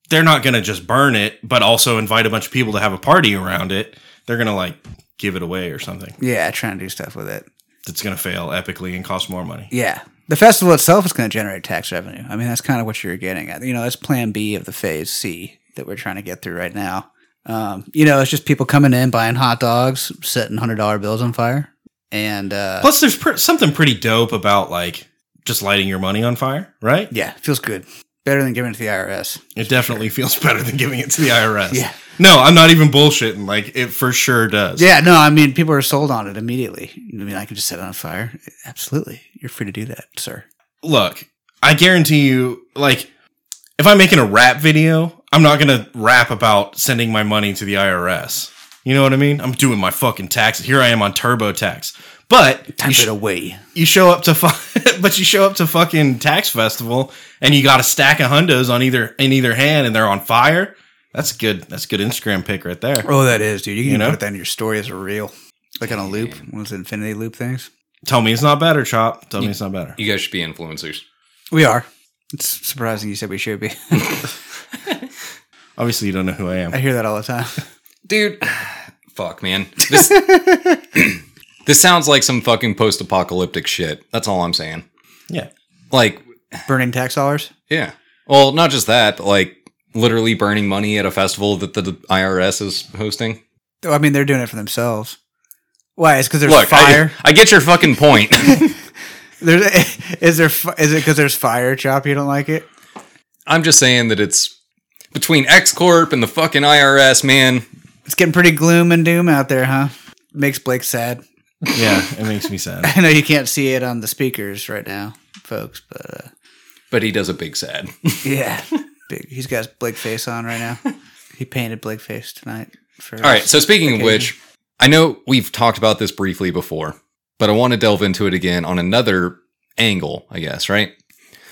B: they're not going to just burn it, but also invite a bunch of people to have a party around it. They're going to like give it away or something
C: yeah, yeah, trying to do stuff with it.
B: that's going to fail epically and cost more money.
C: Yeah. The festival itself is going to generate tax revenue. I mean, that's kind of what you're getting at. You know, that's plan B of the phase C that we're trying to get through right now. Um, you know, it's just people coming in, buying hot dogs, setting $100 bills on fire. And uh,
B: Plus, there's pr- something pretty dope about like just lighting your money on fire, right?
C: yeah, feels good. Better than giving it to the IRS.
B: It definitely feels better than giving it to the IRS.
C: Yeah.
B: No, I'm not even bullshitting. Like, it for sure does.
C: Yeah, no, I mean, people are sold on it immediately. I mean, I can just set it on fire. Absolutely. You're free to do that, sir.
B: Look, I guarantee you, like, if I'm making a rap video, I'm not going to rap about sending my money to the IRS. You know what I mean? I'm doing my fucking taxes. Here I am on TurboTax. But
C: Time
B: you,
C: it
B: sh-
C: away.
B: you show up to, fu- but you show up to fucking tax festival and you got a stack of hundos on either, in either hand and they're on fire. That's good. That's good Instagram pic right there.
C: Oh, that is, dude. You can
B: You know?
C: put that in your story as a reel, like on a loop, one of those infinity loop things.
B: Tell me it's not better, Chop. Tell me it's not better.
A: You guys should be influencers.
C: We are. It's surprising you said we should be.
B: Obviously, you don't know who I am.
C: I hear that all the time.
A: Dude, fuck, man. This, this sounds like some fucking post apocalyptic shit. That's all I'm saying.
B: Yeah.
A: Like,
C: Burning tax dollars?
A: yeah. Well, not just that, but like literally burning money at a festival that the IRS is hosting.
C: Oh, I mean, they're doing it for themselves. Why? It's because there's
A: Look, I-
C: fire.
A: I get your fucking point.
C: There's is there fi- is it because there's fire? Chop, you don't like it?
A: I'm just saying that it's between X Corp and the fucking IRS, man.
C: It's getting pretty gloom and doom out there, huh? Makes Blake sad.
B: Yeah, it makes me sad.
C: I know you can't see it on the speakers right now, folks, but uh,
A: But he does a big sad.
C: yeah, Big, he's got his Blake face on right now. He painted Blake face tonight. For
A: All right. So speaking of which, I know we've talked about this briefly before, but I want to delve into it again on another angle, I guess, right?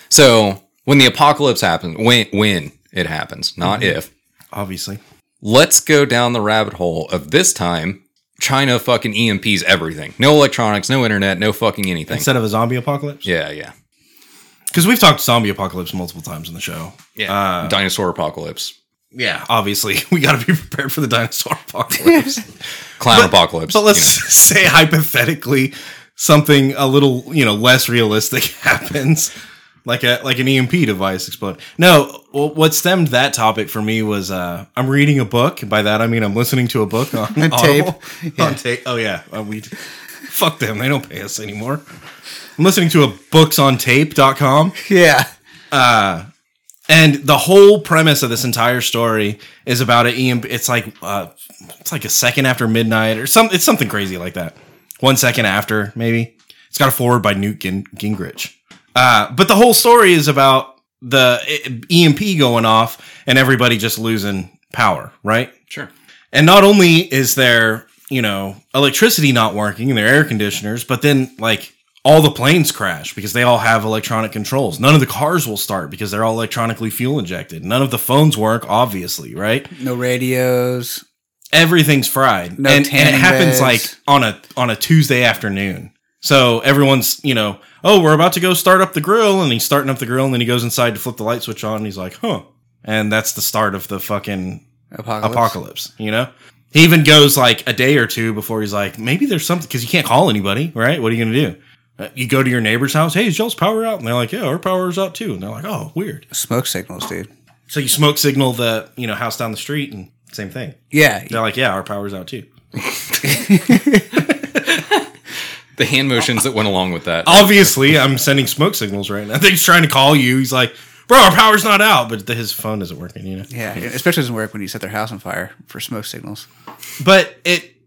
A: So when the apocalypse happens, when when it happens, not
B: Mm-hmm.
A: if.
B: Obviously.
A: Let's go down the rabbit hole of this time China fucking EMPs everything. No electronics, no internet, no fucking anything.
B: Instead of a zombie apocalypse?
A: Yeah, yeah.
B: Because we've talked zombie apocalypse multiple times in the show.
A: Yeah.
B: Uh,
A: Dinosaur apocalypse.
B: Yeah. Obviously, we got to be prepared for the dinosaur apocalypse.
A: Clown apocalypse.
B: but
A: you know.
B: let's say hypothetically something a little, you know, less realistic happens. Like a like an EMP device explode. No, wh- what stemmed that topic for me was uh, I'm reading a book. By that I mean I'm listening to a book on
C: On tape.
B: Audible. On tape. Oh yeah, Uh, we fuck them. They don't pay us anymore. I'm listening to a booksontape.com.
C: yeah,
B: And the whole premise of this entire story is about an EMP. It's like uh, it's like a second after midnight or some. It's something crazy like that. One second after, maybe. It's got a forward by Newt Gin- Gingrich. Uh, but the whole story is about the eh, EMP going off and everybody just losing power, right?
A: sure.
B: And not only is their, you know, electricity not working, their air conditioners, but then like all the planes crash because they all have electronic controls. None of the cars will start because they're all electronically fuel injected. None of the phones work, obviously, right?
C: no radios.
B: Everything's fried.
C: No
B: and, and it
C: tanning
B: happens
C: beds.
B: like on a on a Tuesday afternoon. So everyone's, you know, oh, we're about to go start up the grill, and he's starting up the grill, and then he goes inside to flip the light switch on, and he's like, huh. And that's the start of the fucking
C: Apocalypse.
B: apocalypse. you know? He even goes like a day or two before he's like, maybe there's something, because you can't call anybody, right? What are you going to do? Uh, You go to your neighbor's house, hey, is y'all's power out? And they're like, yeah, our power's out too. And they're like, oh, weird.
C: Smoke signals, dude.
B: So you smoke signal the, you know, house down the street and same thing.
C: Yeah,
B: They're like, yeah, our power's out too.
A: The hand motions that went along with that.
B: Obviously, I'm sending smoke signals right now. They're just trying to call you. He's like, bro, our power's not out, but the, his phone isn't working, you know?
C: Yeah, it especially doesn't work when you set their house on fire for smoke signals.
B: but it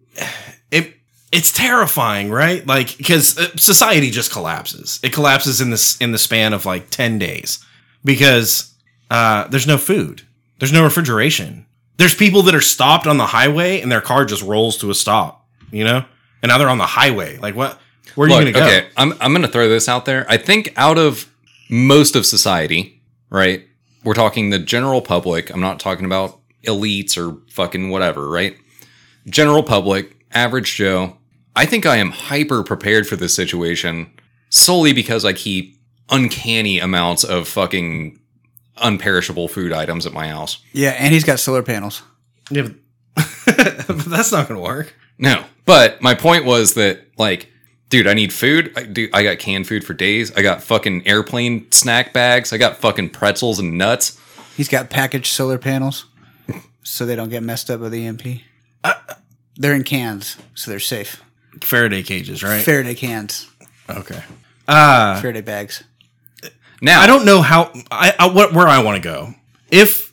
B: it it's terrifying right like because society just collapses it collapses in this in the span of like 10 days because uh there's no food there's no refrigeration there's people that are stopped on the highway and their car just rolls to a stop you know and now they're on the highway like what where are
A: Look,
B: you gonna go
A: okay, I'm I'm gonna throw this out there. I think out of most of society, right? We're talking the general public. I'm not talking about elites or fucking whatever, right? General public, average Joe. I think I am hyper prepared for this situation solely because I keep uncanny amounts of fucking unperishable food items at my house.
C: Yeah, and he's got solar panels.
B: Yeah, but, but that's not going to work.
A: No, but my point was that like, dude, I need food. I do. I got canned food for days. I got fucking airplane snack bags. I got fucking pretzels and nuts.
C: He's got packaged solar panels, so they don't get messed up by the EMP. They're in cans, so they're safe.
B: Faraday cages, right?
C: Faraday cans,
B: okay. Uh,
C: Faraday bags.
A: Now
B: I don't know how I, I what where I want to go. If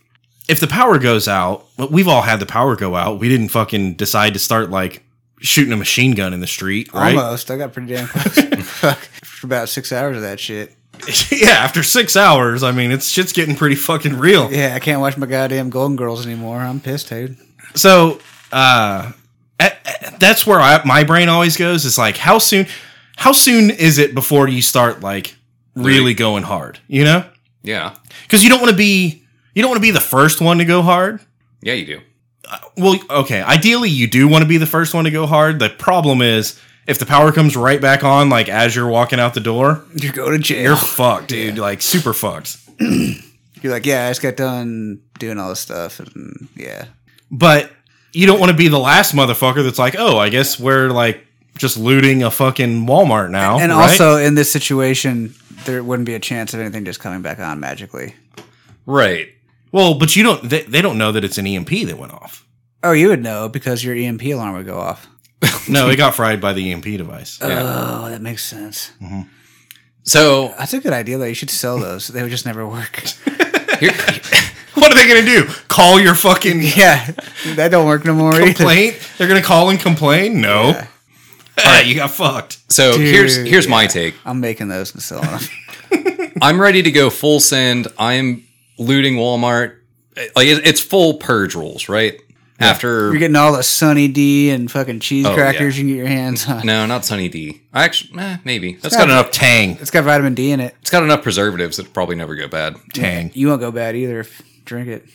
B: if the power goes out, but we've all had the power go out. We didn't fucking decide to start like shooting a machine gun in the street, right?
C: Almost. I got pretty damn close. Fuck. For about six hours of that shit.
B: yeah, after 6 hours, I mean, it's shit's getting pretty fucking real.
C: Yeah, I can't watch my goddamn Golden Girls anymore. I'm pissed, dude.
B: So, uh a- a- that's where I, my brain always goes is like how soon how soon is it before you start like really going hard, you know?
A: Yeah,
B: Cuz you don't want to be you don't want to be the first one to go hard.
A: yeah, you do.
B: Well, okay. Ideally, you do want to be the first one to go hard. The problem is if the power comes right back on, like as you're walking out the door,
C: You go to
B: you're
C: jail.
B: fucked, dude. Like super fucked.
C: You're like, yeah, I just got done doing all this stuff, and yeah,
B: But you don't want to be the last motherfucker that's like, oh, I guess we're like just looting a fucking Walmart now.
C: and
B: right?
C: also in this situation, there wouldn't be a chance of anything just coming back on magically.
A: Right.
B: well, but you don't. They, they don't know that it's an EMP that went off.
C: Oh, you would know because your EMP alarm would go off.
B: No, it got fried by the EMP device.
C: Oh, that makes sense.
A: So
C: That's a good idea, though. You should sell those. they would just never work.
A: here,
B: What are they gonna do? Call your fucking
C: yeah, that don't work no more. either.
B: complaint? They're gonna call and complain? No. All right, you got fucked.
A: so here's
C: Dude,
A: here's my
C: yeah.
A: take.
C: I'm making those and selling them.
A: I'm ready to go full send. I'm looting Walmart. Like it- it's full purge rules, right? After
C: You're getting all the Sunny D and fucking cheese
A: Oh,
C: crackers
A: yeah.
C: you can get your hands on.
A: no, not Sunny D. I actually, eh, maybe that's
B: Got
A: got enough.
B: enough tang,
C: It's got vitamin D in it.
A: It's got enough preservatives that probably never go bad.
B: tang.
C: You won't go bad either if you drink it.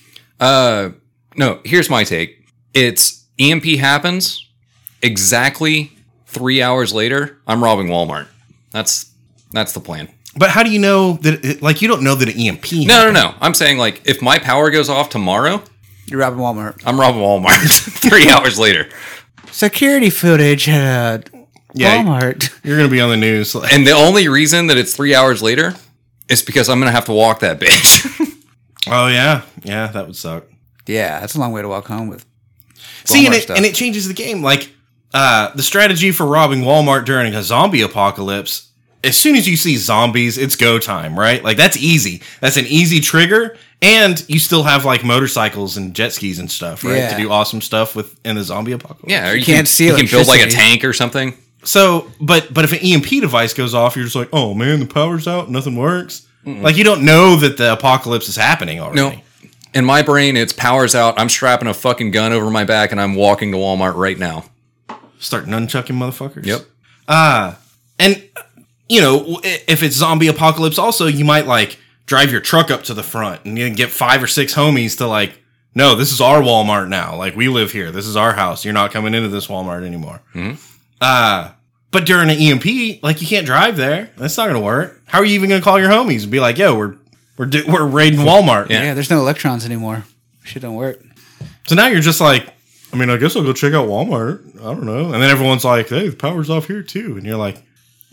A: Uh, no, here's my take. It's EMP happens exactly three hours later. I'm robbing Walmart. That's that's the plan.
B: But how do you know that? It, like, you don't know that an E EMP.
A: No, no, no. I'm saying like if my power goes off tomorrow,
C: You're robbing Walmart.
A: I'm robbing Walmart three hours later,
C: Security footage at uh,
B: Yeah.
C: Walmart.
B: You're gonna be on the news. Like,
A: and the only reason that it's three hours later is because I'm gonna have to walk that bitch.
B: oh yeah, yeah, that would suck.
C: Yeah, that's a long way to walk home with.
B: See, and
C: Walmart
B: it,
C: stuff.
B: and it changes the game. Like uh, the strategy for robbing Walmart during a zombie apocalypse. As soon as you see zombies, it's go time, right? Like that's easy. That's an easy trigger, and you still have like motorcycles and jet skis and stuff, right?
C: Yeah.
B: To do awesome stuff with in the zombie apocalypse.
A: yeah, or you
C: can't
A: can,
C: see
A: You can build like a
C: electricity.
A: tank or something.
B: So, but but if an EMP device goes off, you're just like, oh man, the power's out, nothing works. Like you don't know that the apocalypse is happening already.
A: No. In my brain, it's powers out. I'm strapping a fucking gun over my back and I'm walking to Walmart right now.
B: Start nunchucking motherfuckers. Uh,
A: Yep.
B: And you know, w- if it's zombie apocalypse, also you might like drive your truck up to the front and you get five or six homies to like, no, this is our Walmart now. Like we live here. This is our house. You're not coming into this Walmart anymore.
A: Mm-hmm.
B: Uh, but during an EMP, like you can't drive there. That's not gonna work. How are you even gonna call your homies and be like, yo, we're we're do- we're raiding Walmart?
A: Yeah.
C: Yeah, there's no electrons anymore. Shit don't work.
B: So now you're just like, I mean, I guess I'll go check out Walmart. I don't know. And then everyone's like, hey, the power's off here too. And you're like,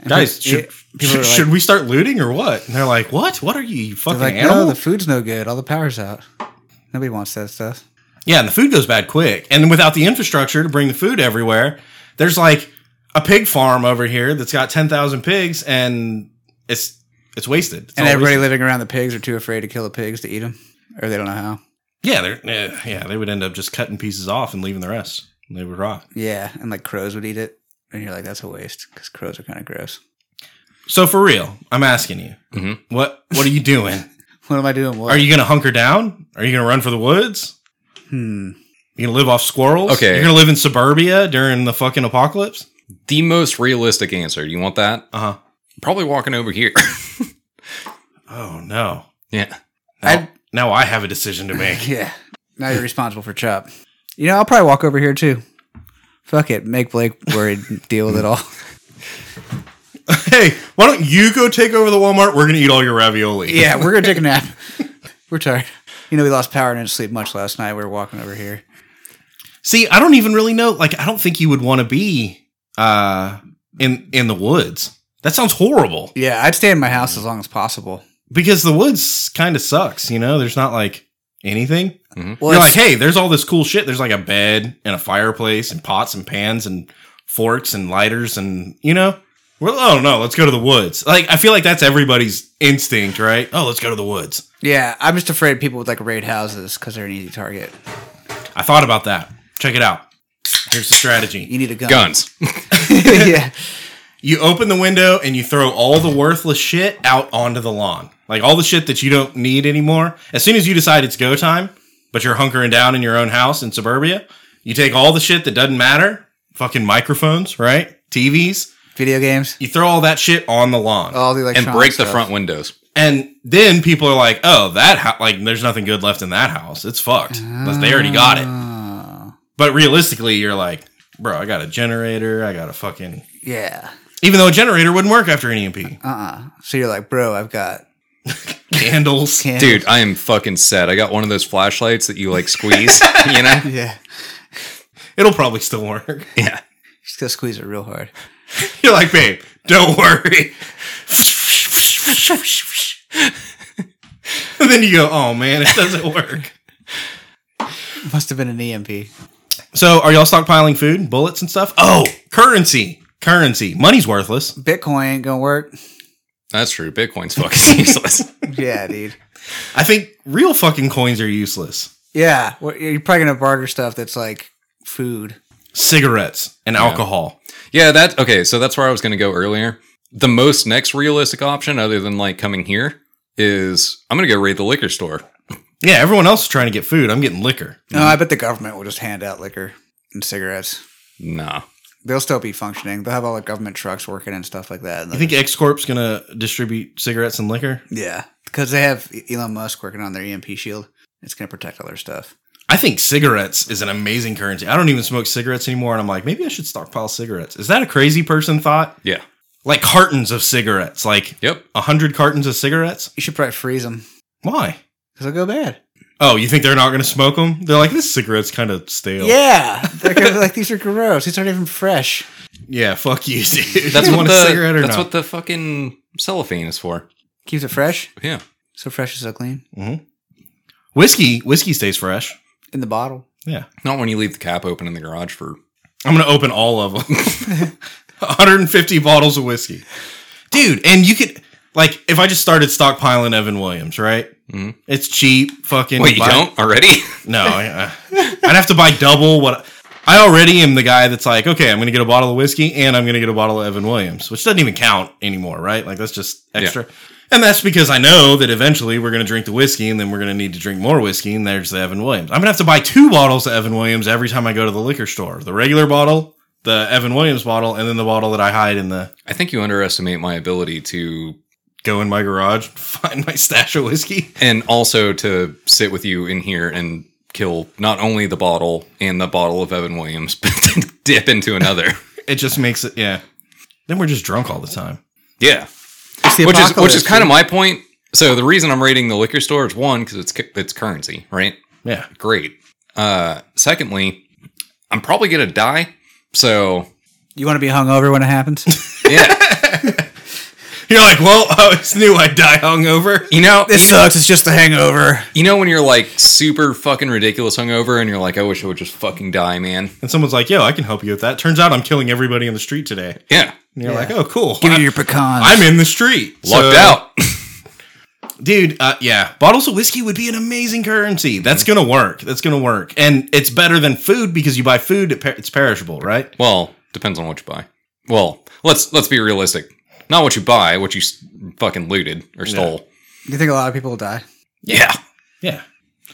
B: guys,
C: pe-
B: should,
C: yeah, people
B: should,
C: are like-
B: should we start looting or what? And they're like, what? What are you, you fucking
C: They're like,
B: animal?
C: no, the food's no good. All the power's out. Nobody wants that stuff.
B: yeah, and the food goes bad quick. And without the infrastructure to bring the food everywhere, there's like a pig farm over here that's got 10,000 pigs and it's it's wasted. It's
C: and
B: all
C: everybody
B: wasted.
C: living around the pigs are too afraid to kill the pigs to eat them, or they don't know how.
B: Yeah, they're, eh, yeah, they would end up just cutting pieces off and leaving the rest. And They would rot.
C: Yeah, and like crows would eat it, and you're like, that's a waste because crows are kind of gross.
B: So for real, I'm asking you,
A: Mhm.
C: Mm-hmm.
B: what what are you doing?
C: What am I doing? What?
B: Are you going to hunker down? Are you going to run for the woods?
C: Hmm.
B: You going to live off squirrels?
A: Okay.
B: You're going to live in suburbia during the fucking apocalypse?
A: The most realistic answer. You want that?
B: Uh huh.
A: Probably walking over here.
B: Oh, no.
A: yeah.
B: Now,
C: I'd-
B: now I have a decision to make.
C: Yeah. Now you're responsible for Chop. You know, I'll probably walk over here too. Fuck it. Make Blake worried. and deal with it all.
B: Hey, why don't you go take over the Walmart? We're gonna eat all your ravioli.
C: Yeah, we're gonna take a nap. We're tired. You know, we lost power and didn't sleep much last night. We were walking over here.
B: See, I don't even really know. Like, I don't think you would want to be uh in in the woods. That sounds horrible
C: Yeah, I'd stay in my house as long as possible.
B: because the woods kind of sucks. You know, there's not like anything.
C: Well,
B: You're like,
C: it's-
B: hey, there's all this cool shit. There's like a bed and a fireplace and pots and pans and forks and lighters and you know. Well, oh no, let's go to the woods. Like, I feel like that's everybody's instinct, right? Oh, let's go to the woods.
C: yeah, I'm just afraid people would like raid houses because they're an easy target.
B: I thought about that. Check it out. Here's the strategy.
C: You need a gun.
A: Guns.
C: yeah,
B: You open the window and you throw all the worthless shit out onto the lawn. Like all the shit that you don't need anymore. As soon as you decide it's go time, but you're hunkering down in your own house in suburbia, you take all the shit that doesn't matter, fucking microphones, right? TVs,
C: video games.
B: you throw all that shit on the lawn.
C: All the electronic
A: and break
C: stuff.
A: the front windows.
B: And then people are like, "Oh, that ho- like there's nothing good left in that house. It's fucked. But They already got it." But realistically, you're like, "Bro, I got a generator. I got a fucking
C: Yeah.
B: even though a generator wouldn't work after an E EMP.
C: Uh. uh So you're like, bro, I've got
B: Candles.
C: candles.
A: Dude, I am fucking set. I got one of those flashlights that you like squeeze, you know?
C: Yeah.
B: It'll probably still work."
A: Yeah.
C: Just gonna squeeze it real hard.
B: You're like, "Babe, don't worry." and then you go, "Oh man, it doesn't work."
C: Must have been an E EMP.
B: So, are y'all stockpiling food, bullets, and stuff? Oh, currency. Currency. Money's worthless.
C: Bitcoin ain't gonna work.
A: That's true. Bitcoin's fucking useless.
C: Yeah, dude.
B: I think real fucking coins are useless.
C: Yeah, well, you're probably gonna barter stuff that's like food.
B: Cigarettes and alcohol.
A: yeah, that okay, so that's where I was gonna go earlier. The most next realistic option, other than like coming here, is I'm gonna go raid the liquor store.
B: Yeah, everyone else is trying to get food. I'm getting liquor.
A: Mm-hmm.
C: No, I bet the government will just hand out liquor and cigarettes.
A: Nah.
C: They'll still be functioning. They'll have all the government trucks working and stuff like that.
B: You think X Corp's gonna distribute cigarettes and liquor?
C: yeah, because they have E-, Elon Musk working on their EMP shield. It's gonna protect all their stuff.
B: I think cigarettes is an amazing currency. I don't even smoke cigarettes anymore, and I'm like, maybe I should stockpile cigarettes. Is that a crazy person thought?
A: Yeah.
B: Like cartons of cigarettes, like
A: Yep.
B: a hundred cartons of cigarettes.
C: You should probably freeze them
B: Why?
C: because they'll go bad.
B: Oh, you think they're not gonna smoke them? They're like, this cigarette's kind of stale.
C: Yeah, they're gonna be like these are gross. These aren't even fresh.
B: yeah. Fuck you, dude.
A: That's
B: you
A: what
B: want
A: the
B: a cigarette or
A: that's
B: not?
A: what the fucking cellophane is for.
C: Keeps it fresh.
A: Yeah.
C: So fresh is so clean
B: whiskey. Whiskey stays fresh.
C: in the bottle.
B: Yeah.
A: Not when you leave the cap open in the garage for
B: I'm gonna open all of them. 150 bottles of whiskey, dude. And you could like if I just started stockpiling Evan Williams, right?
A: Mhm.
B: It's cheap, fucking.
A: Wait, you
B: buy-
A: don't already?
B: No, I, I- I'd have to buy double what. I already am the guy that's like, okay, I'm gonna get a bottle of whiskey and I'm gonna get a bottle of Evan Williams, which doesn't even count anymore, right? Like that's just extra. And that's because I know that eventually we're gonna drink the whiskey and then we're gonna need to drink more whiskey, and there's the Evan Williams. I'm gonna have to buy two bottles of Evan Williams every time I go to the liquor store. The regular bottle, the Evan Williams bottle, and then the bottle that I hide in the
A: I think you underestimate my ability to
B: go in my garage, find my stash of whiskey.
A: and also to sit with you in here and kill not only the bottle and the bottle of Evan Williams, but then dip into another.
B: It just makes it yeah. Then we're just drunk all the time.
A: yeah,
C: It's the
A: which is which is
C: apocalypse,
A: kind of my point. So the reason I'm rating the liquor store is one because it's cu- it's currency, right?
B: Yeah.
A: Great. Uh, secondly, I'm probably gonna die, so
C: You want to be hungover when it happens?
A: yeah,
B: You're like, well, oh, I always knew I'd die hungover.
A: you know.
C: this sucks. It's just a hangover.
A: you know when you're like super fucking ridiculous hungover and you're like, I wish I would just fucking die, man.
B: And someone's like, yo, I can help you with that. Turns out I'm killing everybody in the street today.
A: Yeah,
B: And you're like, oh, cool.
C: Give
B: I,
C: me your pecans.
B: am in the street.
A: lucked
B: So-
A: out.
B: Dude, uh, yeah. Bottles of whiskey would be an amazing currency. That's going to work. That's going to work. And it's better than food because you buy food, it per- it's perishable, right?
A: Well, depends on what you buy. Well, let's let's be realistic. Not what you buy, what you s- fucking looted or stole.
C: You think a lot of people will die?
A: Yeah,
B: Yeah.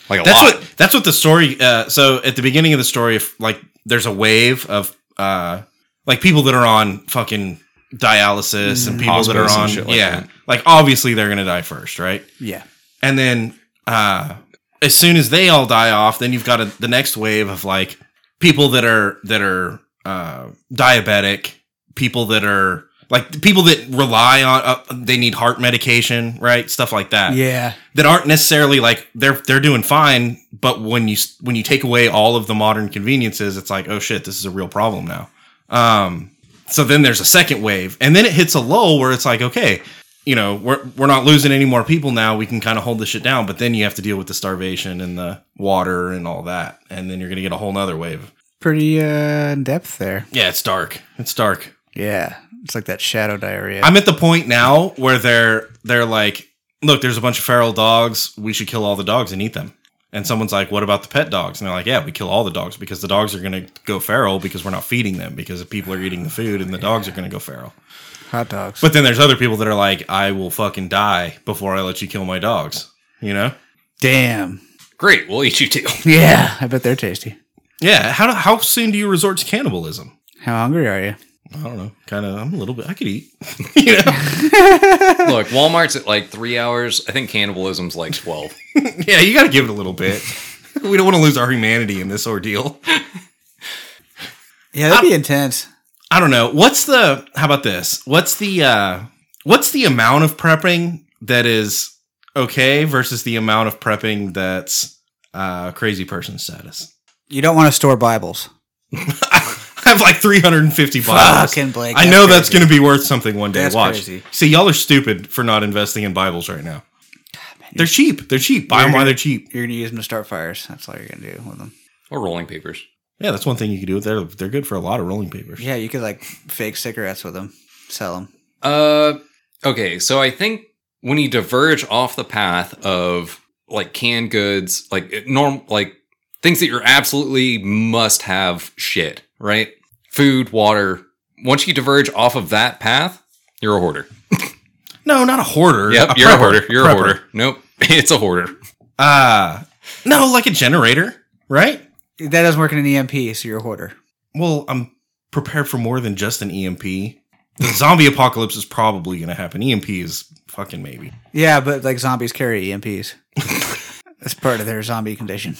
A: like a
B: That's
A: lot.
B: what that's what the story. Uh, so at the beginning of the story, if, like there's a wave of uh, like people that are on fucking dialysis and people that are
A: Hospice Mm, and
B: on
A: shit like
B: yeah,
A: that.
B: like obviously they're gonna die first, right?
C: Yeah.
B: And then uh, as soon as they all die off, then you've got a, the next wave of like people that are that are uh, diabetic, people that are like people that rely on uh, they need heart medication, right? Stuff like that
C: Yeah.
B: that aren't necessarily like they're they're doing fine, but when you when you take away all of the modern conveniences, it's like oh shit, this is a real problem now. Um, so then there's a second wave, and then it hits a lull where it's like okay, you know we're we're not losing any more people now. We can kind of hold this shit down, but then you have to deal with the starvation and the water and all that, and then you're gonna get a whole nother wave.
C: Pretty uh, in depth there.
B: Yeah, it's dark. It's dark.
C: Yeah. It's like that shadow diarrhea.
B: I'm at the point now where they're they're like, look, there's a bunch of feral dogs. We should kill all the dogs and eat them. And someone's like, what about the pet dogs? And they're like, yeah, we kill all the dogs because the dogs are going to go feral because we're not feeding them because the people are eating the food and the dogs are going to go feral.
C: Hot dogs.
B: But then there's other people that are like, I will fucking die before I let you kill my dogs. You know?
C: Damn.
A: Great, we'll eat you too.
C: Yeah. I bet they're tasty.
B: Yeah. How how soon do you resort to cannibalism?
C: How hungry are you?
B: I don't know. Kind of. I'm a little bit. I could eat. you know?
A: Look, Walmart's at like three hours. I think cannibalism's like twelve.
B: Yeah, you got to give it a little bit. we don't want to lose our humanity in this ordeal.
C: Yeah, that'd be intense.
B: I don't know. What's the how about this? What's the uh what's the amount of prepping that is okay versus the amount of prepping that's uh crazy person status?
C: You don't want to store Bibles.
B: I have like 350 Bibles.
C: Fucking Blake.
B: Oh, I know that's
C: crazy.
B: going to be worth something one day.
C: That's
B: Watch.
C: crazy.
B: See, y'all are stupid for not investing in Bibles right now. they're cheap. They're cheap. Buy
C: You're
B: them while
C: gonna-
B: they're cheap.
C: You're going to use them to start fires. That's all you're going to do with them.
A: Or rolling papers.
B: Yeah, that's one thing you can do with there. They're good for a lot of rolling papers.
C: Yeah, you could like fake cigarettes with them, sell them.
A: Uh, okay. So I think when you diverge off the path of like canned goods, like it- norm, like things that you're absolutely must have shit, right? Food, water. Once you diverge off of that path, you're a hoarder.
B: No, not a hoarder.
A: Yep, you're
B: prepper.
A: a hoarder. You're
B: Prepper.
A: a hoarder. Nope, it's a hoarder.
B: Uh no, like a generator, right?
C: That doesn't work in an EMP, so you're a hoarder.
B: Well, I'm prepared for more than just an EMP. The zombie apocalypse is probably going to happen. EMP is fucking maybe.
C: Yeah, but like zombies carry EMPs. That's part of their zombie condition.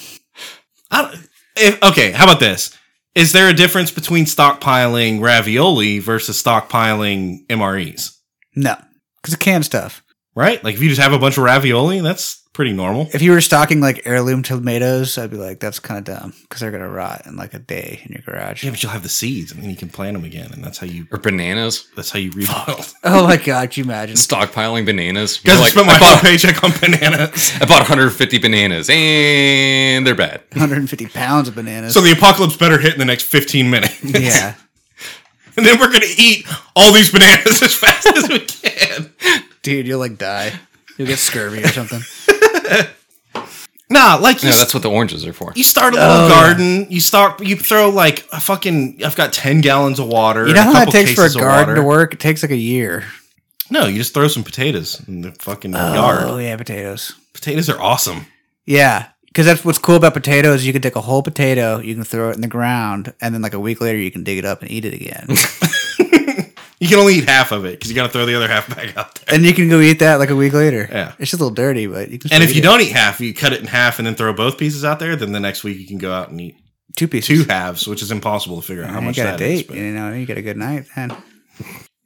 B: I don't, if, okay, how about this? Is there a difference between stockpiling ravioli versus stockpiling MREs?
C: No, because it can stuff.
B: Right? Like if you just have a bunch of ravioli, that's pretty normal.
C: If you were stocking like heirloom tomatoes, I'd be like, that's kind of dumb because they're gonna rot in like a day in your garage.
B: Yeah, but you'll have the seeds, and then you can plant them again, and that's how you
A: Or bananas.
B: that's how you rebuild.
C: Oh my god, can you imagine?
A: Stockpiling bananas.
B: Guys,
A: You're
B: I
A: like,
B: spent my
A: I,
B: whole
A: bought,
B: paycheck on bananas.
A: I bought 150 bananas, and they're bad.
C: 150 pounds of bananas.
B: So the apocalypse better hit in the next 15 minutes.
C: yeah,
B: and then we're gonna eat all these bananas as fast as we can.
C: dude, you'll like die. You'll get scurvy or something.
B: Nah, like you,
A: No,
B: s-
A: that's what the oranges are for.
B: you start a
C: Oh,
B: little garden. You start. You throw like a fucking. I've got ten gallons of water.
C: You know
B: and
C: how
B: a
C: that
B: couple
C: takes for a
B: cases of
C: garden to
B: water.
C: work? It takes like a year.
B: No, you just throw some potatoes in the fucking yard.
C: Oh yeah, potatoes.
B: Potatoes are awesome.
C: Yeah, because that's what's cool about potatoes. You can take a whole potato, you can throw it in the ground, and then like a week later, you can dig it up and eat it again.
B: You can only eat half of it because you got to throw the other half back out there.
C: and you can go eat that like a week later.
B: Yeah.
C: it's just a little dirty, but you can.
B: And if you
C: don't,
B: don't eat half, you cut it in half and then throw both pieces out there. Then the next week you can go out and eat
C: two pieces,
B: two halves, which is impossible to figure out how
C: And
B: much
C: you got
B: that
C: a
B: is,
C: date.
B: but-
C: you know, you get a good night then.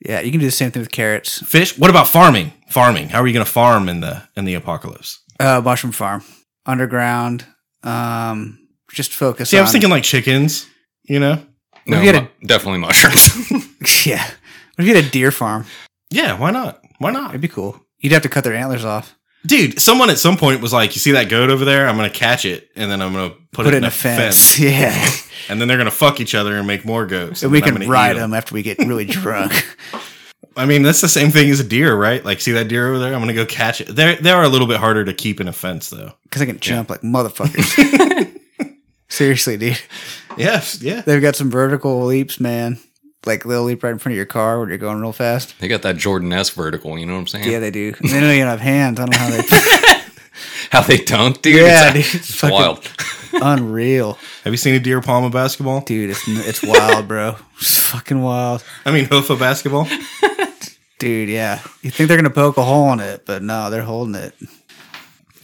C: Yeah, you can do the same thing with carrots.
B: Fish. What about farming? Farming. How are you going to farm in the in the apocalypse?
C: Uh, mushroom farm, underground. Um, just focus.
B: See, I
C: on,
B: was thinking like chickens, you know?
A: No,
C: We gotta-
A: mu- definitely mushrooms.
C: yeah. What if you had a deer farm?
B: Yeah, why not? Why not?
C: That'd be cool. You'd have to cut their antlers off.
B: Dude, someone at some point was like, You see that goat over there? I'm going to catch it and then I'm going to put, it in a fence.
C: Yeah,
B: And then they're going to fuck each other and make more goats.
C: and we
B: then I'm
C: can
B: gonna eat
C: ride
B: 'em.
C: them after we get really drunk.
B: I mean, that's the same thing as a deer, right? Like, see that deer over there? I'm going to go catch it. They're, they are a little bit harder to keep in a fence, though.
C: because I can jump like motherfuckers. Seriously, dude.
B: Yes, yeah.
C: They've got some vertical leaps, man. Like they'll leap right in front of your car when you're going real fast.
A: they got that Jordan S vertical. You know what I'm saying?
C: Yeah, they do. And they don't even have hands. I don't know how
A: How they don't, dude?
C: Yeah,
A: it's,
C: dude, it's
A: it's
C: fucking-
A: wild.
C: they. Unreal,
B: Have you seen a deer palm of basketball?
C: dude. It's it's wild, bro. It's fucking wild,
B: I mean, hoof of basketball?
C: dude. Yeah, you think they're gonna poke a hole in it, but no, they're holding it.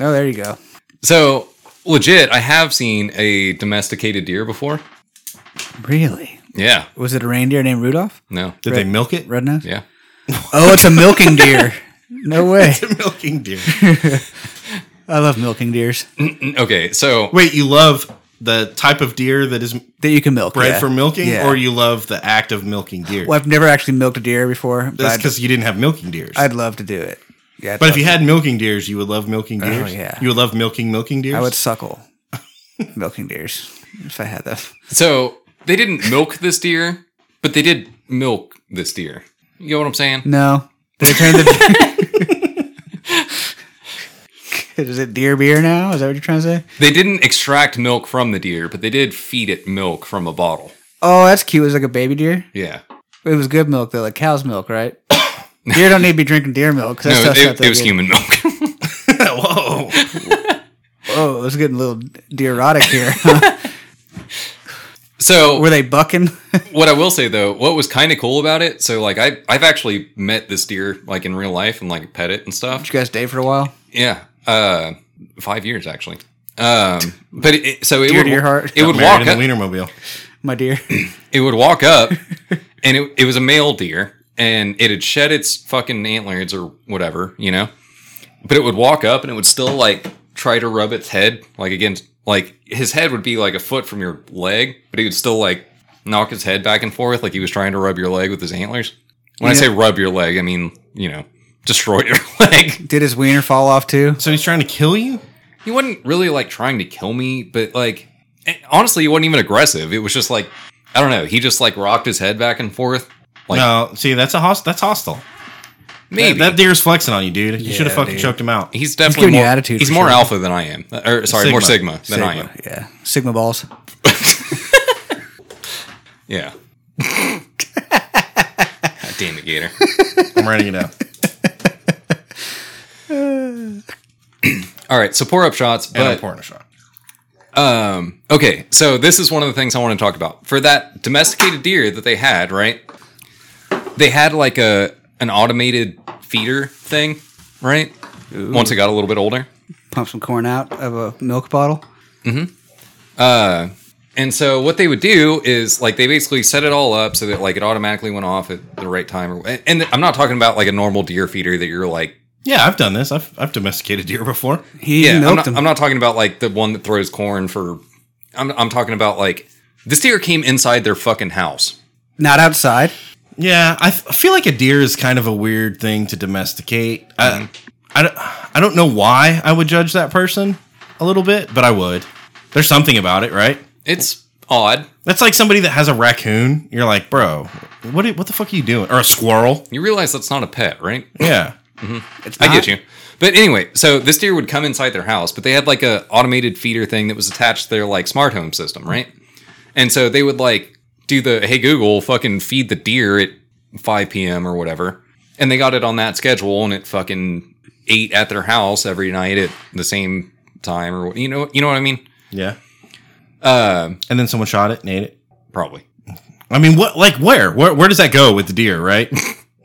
C: Oh, there you go.
A: So legit, I have seen a domesticated deer before.
C: Really?
A: Yeah.
C: Was it a reindeer named Rudolph?
A: No.
B: Did they milk it?
C: Rednose?
A: Yeah.
C: Oh, it's a milking deer. No way.
B: Milking deer.
C: I love milking deers
A: Okay. So
B: Wait, you love the type of deer that is
C: that you can milk.
B: bred
C: yeah.
B: for milking,
C: Yeah.
B: or you love the act of milking deer?
C: Well, I've never actually milked a deer before. But
B: That's
C: I'd,
B: because you didn't have milking deers.
C: I'd love to do it. Yeah, I'd
B: but if
C: love
B: you
C: to.
B: had milking deers, you would love milking deers.
C: Oh, yeah.
B: You would love milking milking deers.
C: I would suckle milking deers if I had them.
A: so they didn't milk this deer, but they did milk this deer. You know what I'm saying?
C: No, they turned the. Is it deer beer now? Is that what you're trying to say?
A: They didn't extract milk from the deer, but they did feed it milk from a bottle.
C: Oh, that's cute. It was like a baby deer.
A: Yeah.
C: It was good milk though, like cow's milk, right? deer don't need to be drinking deer milk. 'cause that
A: No,
C: stuff's not
A: it,
C: that
A: it was
C: good.
A: human milk.
B: Whoa.
C: Oh, it's getting a little deerotic here.
A: so
C: Were they bucking?
A: what I will say though, what was kind of cool about it, so like I I've actually met this deer like in real life and like pet it and stuff.
C: you guys date for a while?
A: Yeah, uh, five years actually. Um, but it, so it
C: Dear
A: would
C: to your heart.
A: it would
B: Married
A: walk
B: in the
A: up,
B: Wienermobile.
C: My deer.
A: it would walk up, and it it was a male deer, and it had shed its fucking antlers or whatever, you know. But it would walk up, and it would still like try to rub its head like against like his head would be like a foot from your leg, but he would still like knock his head back and forth like he was trying to rub your leg with his antlers. When I
C: Yeah.
A: say rub your leg, I mean you know destroy your leg.
C: Did his wiener fall off too?
B: So he's trying to kill you?
A: he wasn't really like trying to kill me, but like eh, honestly, he wasn't even aggressive. It was just like I don't know. He just like rocked his head back and forth. Like
B: no. See, that's a host. That's hostile.
A: maybe
B: That, that deer's flexing on you, dude. You should have
C: Yeah,
B: fucking
C: dude.
B: choked him out.
A: he's definitely
C: giving you
A: more
C: attitude
A: He's
C: for
A: more
C: sure.
A: alpha than I am, Uh, or sorry, more
B: Sigma.
A: sigma than I am.
C: Yeah. Sigma balls.
A: Yeah. God damn it, Gator.
B: I'm writing it down.
A: All right, so pour up shots, but
B: And I'm pouring a shot.
A: Um, okay, so this is one of the things I want to talk about. For that domesticated deer that they had, right? They had like a an automated feeder thing, right? Once it got a little bit older.
C: Pump some corn out of a milk bottle.
A: And so what they would do is like they basically set it all up so that like it automatically went off at the right time. or- And, and I'm not talking about like a normal deer feeder that you're like
B: Yeah, I've done this. I've, I've domesticated deer before.
C: He
A: yeah, I'm
C: milked
A: not,
C: them.
A: I'm not talking about like the one that throws corn for. I'm I'm talking about like this deer came inside their fucking house.
C: Not outside.
B: Yeah, I, f- I feel like a deer is kind of a weird thing to domesticate. I, I, don't- I don't know why I would judge that person a little bit, but I would. There's something about it, right?
A: It's odd.
B: That's like somebody that has a raccoon. You're like, bro, what i- what the fuck are you doing? Or a squirrel?
A: You realize that's not a pet, right?
B: Yeah.
C: It's
A: I
C: not.
A: get you. But anyway, so this deer would come inside their house, but they had like a automated feeder thing that was attached to their like smart home system, right? And so they would like do the hey Google fucking feed the deer at 5 p.m. or whatever. And they got it on that schedule and it fucking ate at their house every night at the same time or what- you know you know what I mean?
B: Yeah.
A: Uh,
B: And then someone shot it and ate it.
A: probably.
B: I mean, what? Like, where? Where, where does that go with the deer, right?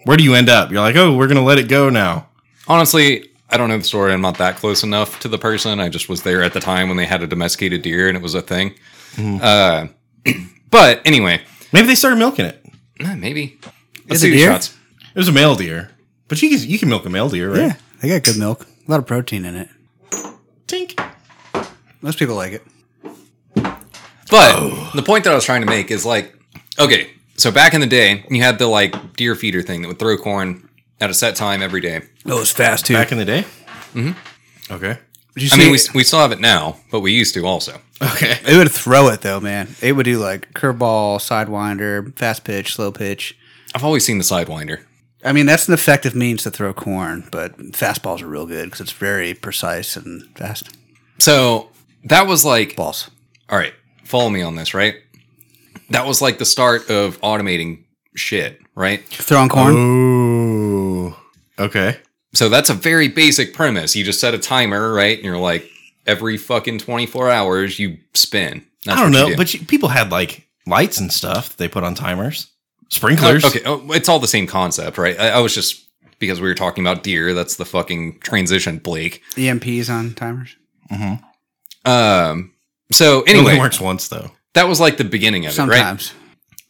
B: where do you end up? You're like, oh, we're going to let it go now.
A: Honestly, I don't know the story. I'm not that close enough to the person. I just was there at the time when they had a domesticated deer and it was a thing.
C: Mm-hmm.
A: Uh, but anyway,
B: Maybe they started milking it.
A: eh, maybe.
C: Is
A: Let's
C: it
A: see these
C: deer?
A: shots.
B: It was a male deer. But you can, you can milk a male deer, right?
C: Yeah, they got good milk. A lot of protein in it.
B: Tink.
C: Most people like it.
A: But
C: Oh.
A: the point that I was trying to make is like, okay, so back in the day, you had the like deer feeder thing that would throw corn at a set time every day.
C: Oh, it's fast too.
B: Back in the day? Mm-hmm. Okay.
C: Did you
A: I mean, we,
C: see-
A: we still have it now, but we used to also.
B: Okay.
C: It would throw it though, man. It would do like curveball, sidewinder, fast pitch, slow pitch.
A: I've always seen the sidewinder.
C: I mean, that's an effective means to throw corn, but fastballs are real good because it's very precise and fast.
A: So that was like
C: Balls.
A: all right, follow me on this, right? That was like the start of automating shit, right?
C: Throwing corn.
B: Ooh. Okay.
A: So that's a very basic premise. You just set a timer, right? And you're like, every fucking 24 hours, you spin. That's
B: I don't
A: what you
B: know,
A: do.
B: but you, people had like lights and stuff that they put on timers, sprinklers.
A: Oh, okay, oh, it's all the same concept, right? I, I was just because we were
C: E
A: talking about deer. That's the fucking transition, Blake.
C: EMPs on timers.
A: Um, so
B: It Mm-hmm. only
A: anyway,
B: works once though.
A: that was like the beginning of it, right?
C: Sometimes.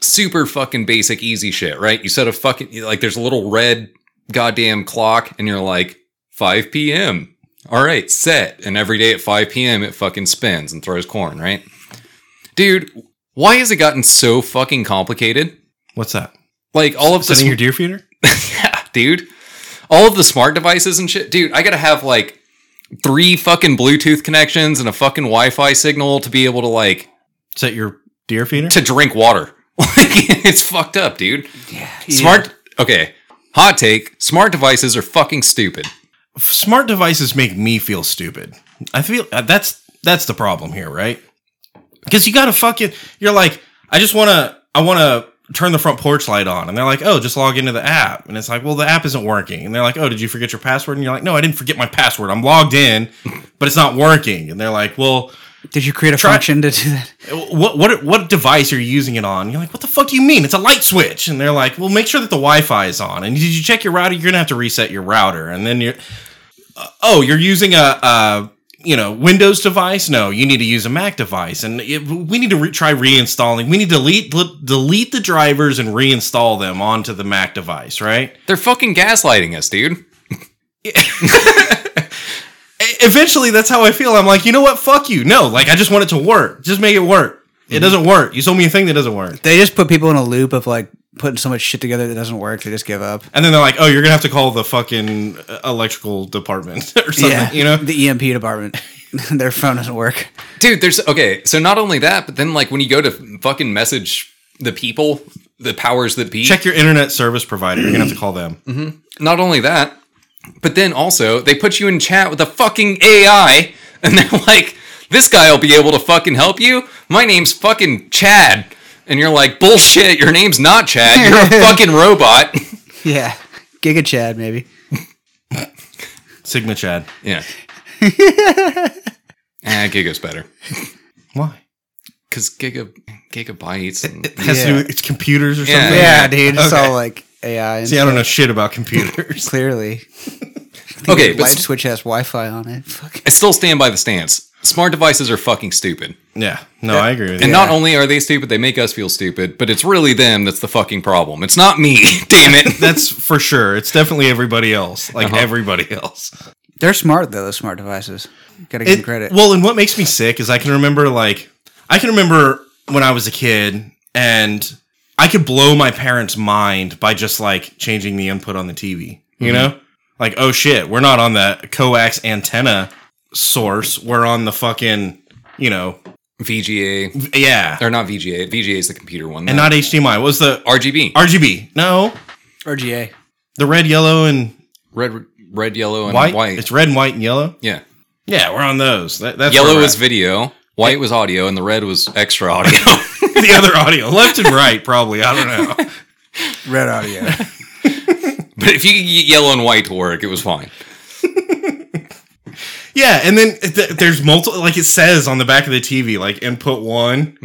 A: Super fucking basic, easy shit, right? You set a fucking like there's a little red goddamn clock, and you're like 5 p.m. All right, set. And every day at 5 p.m. it fucking spins and throws corn, right? Dude, why has it gotten so fucking complicated?
B: What's that?
A: Like all of this
B: Setting your deer feeder?
A: yeah, dude. All of the smart devices and shit, dude. I gotta have like three fucking Bluetooth connections and a fucking Wi-Fi signal to be able to like
B: Set your deer feeder?
A: to drink water. Like it's fucked up, dude.
C: Yeah.
A: Smart. Okay, hot take. Smart devices are fucking stupid.
B: Smart devices make me feel stupid. I feel uh, that's that's the problem here, right? Because you gotta fucking you're like, I just wanna I wanna turn the front porch light on and they're like, oh, just log into the app. And it's like, well, the app isn't working. And they're like, oh, did you forget your password? And you're like, no, I didn't forget my password. I'm logged in, but it's not working. And they're like, well,
C: Did you create a
B: Try-
C: function to do that?
B: what what what device are you using it on? You're like, what the fuck do you mean? It's a light switch, and they're like, well, make sure that the Wi-Fi is on. And did you check your router? You're gonna have to reset your router, and then you're, uh, oh, you're using a, a you know Windows device. No, you need to use a Mac device, and it, we need to re- try reinstalling. We need to delete delete the drivers and reinstall them onto the Mac device, right?
A: They're fucking gaslighting us, dude.
B: E, eventually that's how I feel. I'm like, you know what? Fuck you. No, like I just want it to work. Just make it work. It doesn't work. You sold me a thing that doesn't work.
C: They just put people in a loop of like putting so much shit together that doesn't work. They just give up.
B: And then they're like, "Oh, you're gonna have to call the fucking uh, electrical department or something," you know?
C: the EMP department. Their phone doesn't work.
A: Dude, there's okay. So not only that, but then like when you go to fucking message the people, the powers that be,
B: Check your internet service provider. You're gonna have to call them.
A: Mm-hmm. not only that, but then also they put you in chat with a fucking AI, and they're like, "This guy will be able to fucking help you." My name's fucking Chad, and you're like, "Bullshit! Your name's not Chad. You're a fucking robot."
C: Yeah. Giga Chad, maybe.
B: Sigma Chad.
A: yeah. Ah, Giga's better
B: Why?
A: because Giga gigabytes. And,
B: It has to
C: Yeah.
B: do with it's computers or
A: Yeah.
B: something.
C: Yeah, dude. It's all like AI. And
B: See, I don't know shit about computers.
C: Clearly.
A: okay,
C: The
A: but
C: light
A: s-
C: switch has Wi Fi on it. Fuck.
A: I still stand by the stance. Smart devices are fucking stupid.
B: yeah. No, I agree with
A: And
B: you.
A: not only are they stupid, they make us feel stupid, but it's really them that's the fucking problem. It's not me. Damn it.
B: That's for sure. It's definitely everybody else.
A: Uh-huh.
B: Like everybody else.
C: They're smart, though, those smart devices. Gotta give
B: It-
C: them credit.
B: Well, and what makes me sick is I can remember like I can remember when I was a kid and I could blow my parents' mind by just like changing the input on the TV. You
A: Mm-hmm.
B: know? Like, oh shit, we're not on the coax antenna source. We're on the fucking, you know,
A: VGA.
B: yeah.
A: or not VGA. VGA is the computer one.
B: And
A: though.
B: not HDMI. What was the
A: RGB,
B: RGB? No.
C: RGA.
B: The red, yellow and
A: red, red, yellow, and
B: white.
A: white.
B: It's red and white and yellow.
A: yeah,
B: Yeah, we're on those. That, that's where
A: yellow
B: we're
A: was
B: at.
A: video, white was audio, and the red was extra audio.
B: the other audio. Left and right probably. I don't know.
C: Red audio.
A: but if you could get yellow and white to work, it was fine.
B: Yeah, and then th- there's multiple. Like it says on the back of the TV, like input one,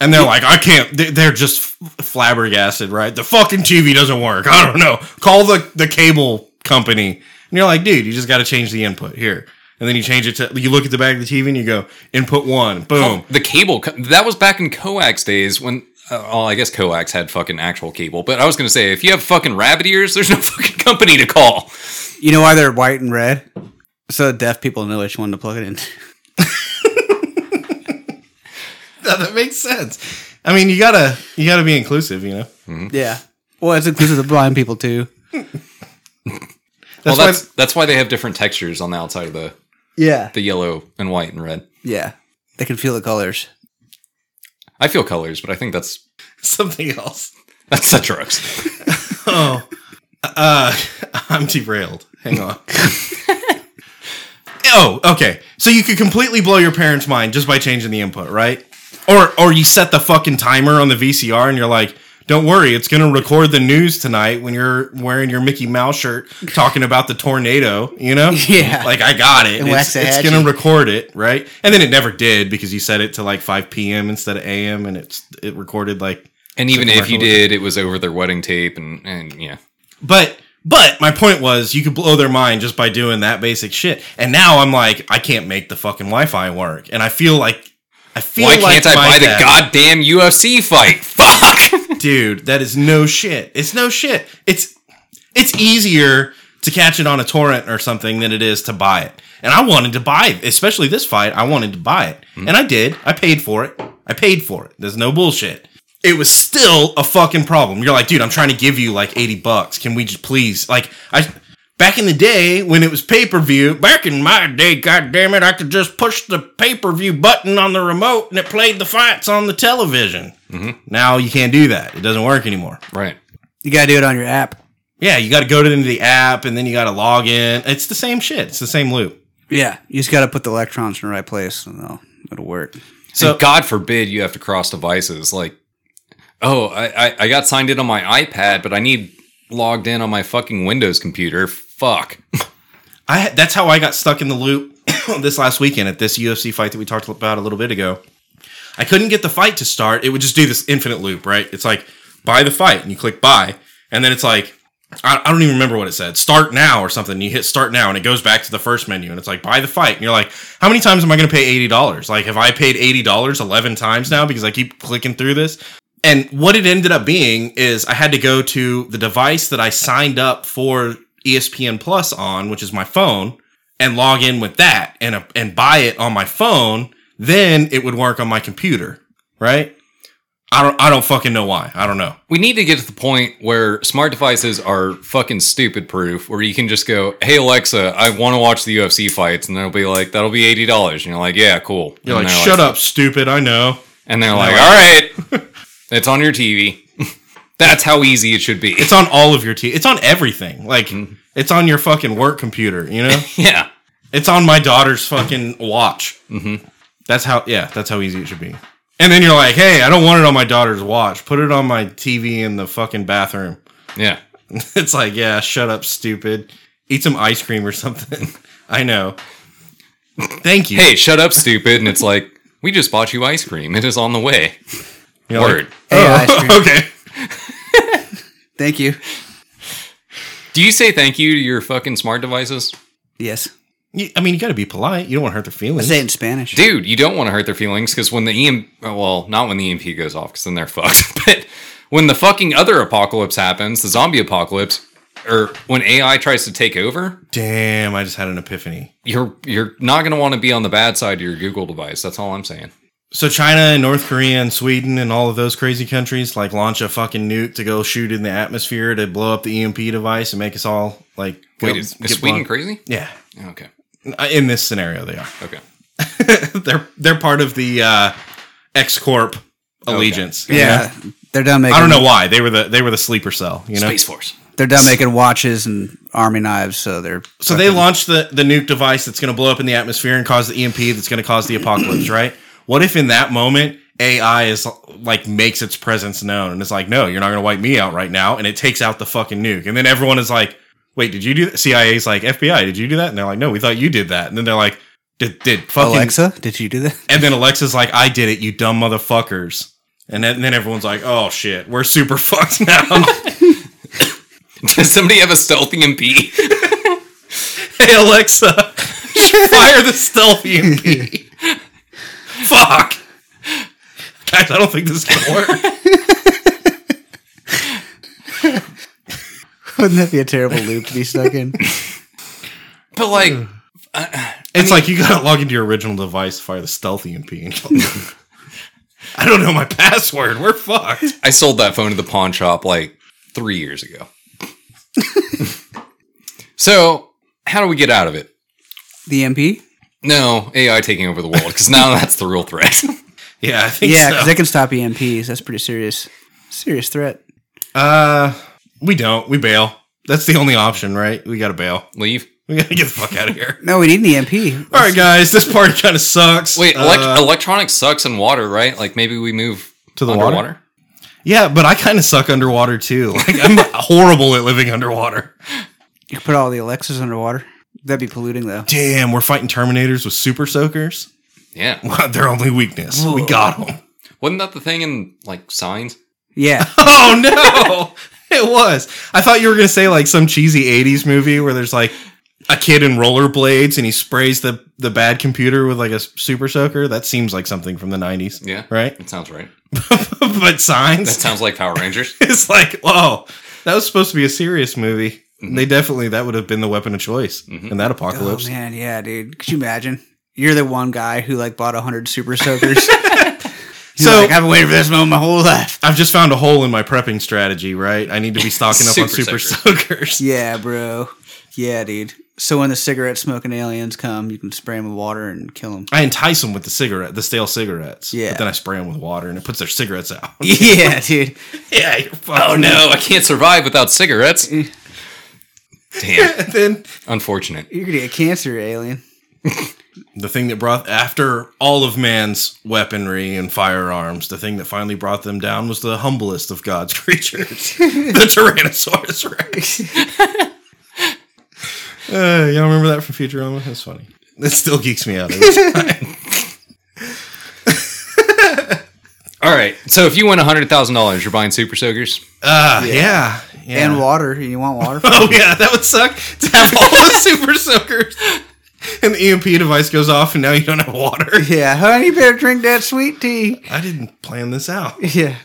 B: and they're like, I can't. they- They're just f- flabbergasted, right? The fucking TV doesn't work. I don't know. Call the the cable company, and you're like, dude, you just got to change the input here. And then you change it to you look at the back of the TV and you go input one, boom.
A: The cable co- that was back in coax days when. Uh, well, I guess coax had fucking actual cable, but I was gonna say if you have fucking rabbit ears, there's no fucking company to call.
C: You know why they're white and red? So deaf people know which one to plug it in.
B: that makes sense. I mean, you gotta you gotta be inclusive, you know.
C: yeah. Well, it's inclusive of blind people too.
A: well,
B: why-
A: that's that's why they have different textures on the outside of the
C: Yeah.
A: the yellow and white and red.
C: Yeah. They can feel the colors.
A: I feel colors, but I think that's
B: something else.
A: that's the drugs.
B: Oh, uh, I'm derailed. Hang on. oh, okay. So you could completely blow your parents' mind just by changing the input, right? Or, or you set the fucking timer on the VCR and you're like, "Don't worry, it's gonna record the news tonight when you're wearing your Mickey Mouse shirt talking about the tornado." You know?
C: Yeah.
B: Like I got it. It's,
C: Waxahachie.
B: it's gonna record it, right? And then it never did because you set it to like 5 p.m. instead of a.m. and it's it recorded like
A: And even
B: Like
A: if you
B: Michael-
A: did, it was over their wedding tape, and and yeah,
B: But But my point was, you could blow their mind just by doing that basic shit. And now I'm like, I can't make the fucking Wi-Fi work, and I feel like I feel
A: Why
B: like
A: can't I
B: my
A: buy
B: dad-
A: the goddamn UFC fight? Fuck!
B: dude? That is no shit. It's no shit. It's it's easier to catch it on a torrent or something than it is to buy it. And I wanted to buy it, especially this fight. I wanted to buy it, and I did. I paid for it. I paid for it. There's no bullshit. It was still a fucking problem. You're like, dude, I'm trying to give you like 80 bucks. Can we just please like I back in the day when it was pay-per-view, back in my day, god damn it, I could just push the pay-per-view button on the remote and it played the fights on the television. Now you can't do that. It doesn't work anymore.
A: right.
C: You got to do it on your app.
B: Yeah, you got to go to into the app and then you got to log in. It's the same shit. It's the same loop.
C: Yeah, you just got to put the electrons in the right place, and they'll, it'll work.
A: So
B: So-
A: God forbid you have to cross devices. Like, oh, I, I, I got signed in on my iPad, but I need logged in on my fucking Windows computer. Fuck.
B: I that's how I got stuck in the loop this last weekend at this UFC fight that we talked about a little bit ago. I couldn't get the fight to start. It would just do this infinite loop, right? It's like buy the fight and you click buy, and then it's like I, I don't even remember what it said. Start now or something. You hit start now and it goes back to the first menu and it's like buy the fight. And you're like, how many times am I going to pay eighty dollars? Like, have I paid eighty dollars eleven times now because I keep clicking through this? And what it ended up being is I had to go to the device that I signed up for E ESPN Plus on, which is my phone, and log in with that and uh, and buy it on my phone. Then it would work on my computer, right? I don't I don't fucking know why. I don't know.
A: We need to get to the point where smart devices are fucking stupid proof, where you can just go, "Hey Alexa, I want to watch the UFC fights," and they'll be like, "That'll be eighty dollars," and you're like, "Yeah, cool."
B: You're
A: and
B: like,
A: they're
B: shut up, stupid. I know.
A: and they're like,
B: they're
A: "All right, it's on your TV." That's how easy it should be.
B: It's on all of your t. It's on everything. Like it's on your fucking work computer. You know,
A: yeah,
B: it's on my daughter's fucking watch. Mm-hmm. That's how. Yeah, that's how easy it should be. And then you're like, hey, I don't want it on my daughter's watch. Put it on my TV in the fucking bathroom.
A: yeah.
B: It's like, yeah, shut up, stupid. Eat some ice cream or something. I know. Thank you.
A: Hey, shut up, stupid! And it's like, we just bought you ice cream. It is on the way.
B: You're like,
A: Word.
C: Hey,
B: "Oh,
C: ice cream.
B: okay.
C: Thank you.
A: Do you say thank you to your fucking smart devices?
C: Yes.
B: You- I mean, you got to be polite. You don't want to hurt their
C: I
B: feelings.
C: say it in Spanish.
A: Dude, you don't want to hurt their feelings because when the EM, well, not when the EMP goes off because then they're fucked. but when the fucking other apocalypse happens, the zombie apocalypse, or when AI tries to take over,
B: Damn, I just had an epiphany.
A: you're you're not gonna want to be on the bad side of your Google device. That's all I'm saying.
B: So China and North Korea and Sweden and all of those crazy countries like launch a fucking nuke to go shoot in the atmosphere to blow up the EMP device and make us all like go-
A: Wait, is, is
B: get
A: Sweden
B: blown-
A: crazy?
B: Yeah, Uh,
A: Okay,
B: in this scenario they are.
A: okay.
B: they're they're part of the uh, X Corp allegiance. you know?
C: yeah, they're done making.
B: I don't know why they were the they were the sleeper cell. You know,
A: Space Force.
C: They're done making watches and army knives, so they're
B: So they launched the, the nuke device that's going to blow up in the atmosphere and cause the EMP that's going to cause the apocalypse, right? What if in that moment AI is like makes its presence known and it's like, no, you're not going to wipe me out right now, and it takes out the fucking nuke, and then everyone is like, wait, did you do that? CIA's like, FBI, did you do that? And they're like, no, we thought you did that, and then they're like, did did fucking
C: Alexa. Did you do that?
B: and then Alexa's like, I did it, you dumb motherfuckers, and then, and then everyone's like, oh shit, we're super fucked now.
A: Does somebody have a stealth EMP?
B: hey Alexa, fire the stealth EMP. Fuck, guys, I don't think this can work.
C: Wouldn't that be a terrible loop to be stuck in?
A: but like,
B: It's like you gotta log into your original device, to fire the stealth E EMP. I don't know my password. We're fucked.
A: I sold that phone to the pawn shop like three years ago. so how do we get out of it?
C: The MP?
A: No, AI taking over the world because now that's the real threat.
B: Yeah, I think
C: Yeah,
B: so.
C: because they can stop EMPs. That's pretty serious. Serious threat.
B: uh, we don't. We bail. That's the only option, right? We gotta bail.
A: Leave.
B: We gotta get the fuck out of here.
C: No, we need an E EMP.
B: All right, guys, this party kind of sucks.
A: Wait,
B: Uh,
A: elect- electronics sucks in water, right? Like maybe we move
B: To the water?
A: underwater.
B: yeah, but I kind of suck underwater too. Like I'm horrible at living underwater.
C: You can put all the Alexas underwater. That'd be polluting, though.
B: damn, we're fighting Terminators with Super Soakers.
A: Yeah,
B: Wow, their only weakness. We got them.
A: wasn't that the thing in like signs?
C: Yeah.
B: Oh no! It was. I thought you were gonna say like some cheesy '80s movie where there's like a kid in rollerblades and he sprays the the bad computer with like a super soaker. That seems like something from the '90s,
A: Yeah.
B: right?
A: It sounds right.
B: but
A: That
B: signs.
A: sounds like Power Rangers.
B: it's like, whoa, that was supposed to be a serious movie. They definitely that would have been the weapon of choice in that
C: Oh
B: apocalypse.
C: man, yeah, dude. Could you imagine? You're the one guy who like bought hundred super soakers. so
B: So-
C: I've been waiting for this moment my whole life.
B: I've just found a hole in my prepping strategy. Right, I need to be stocking up on
A: Super
B: super soakers.
C: Yeah, bro. Yeah, dude. So when the cigarette smoking aliens come, you can spray them with water and kill them.
B: I entice them with the cigarette, the stale cigarettes.
C: Yeah.
B: But then I spray them with water, and it puts their cigarettes out.
C: yeah, dude.
B: yeah. You're
A: Oh no, I can't survive without cigarettes. Damn,
B: And then
A: unfortunate.
C: You're gonna get cancer, alien.
B: the thing that brought after all of man's weaponry and firearms, the thing that finally brought them down was the humblest of God's creatures, the Tyrannosaurus Rex. uh, y'all remember that from Futurama? That's funny. It still geeks me out.
A: All right, so if you win hundred thousand dollars, you're buying Super Soakers.
B: Uh, yeah. yeah.
C: And water. You want water?
B: Oh yeah, that would suck to have all the super soakers. And the EMP device goes off, and now you don't have water.
C: yeah, honey, you better drink that sweet tea.
B: I didn't plan this out.
C: Yeah.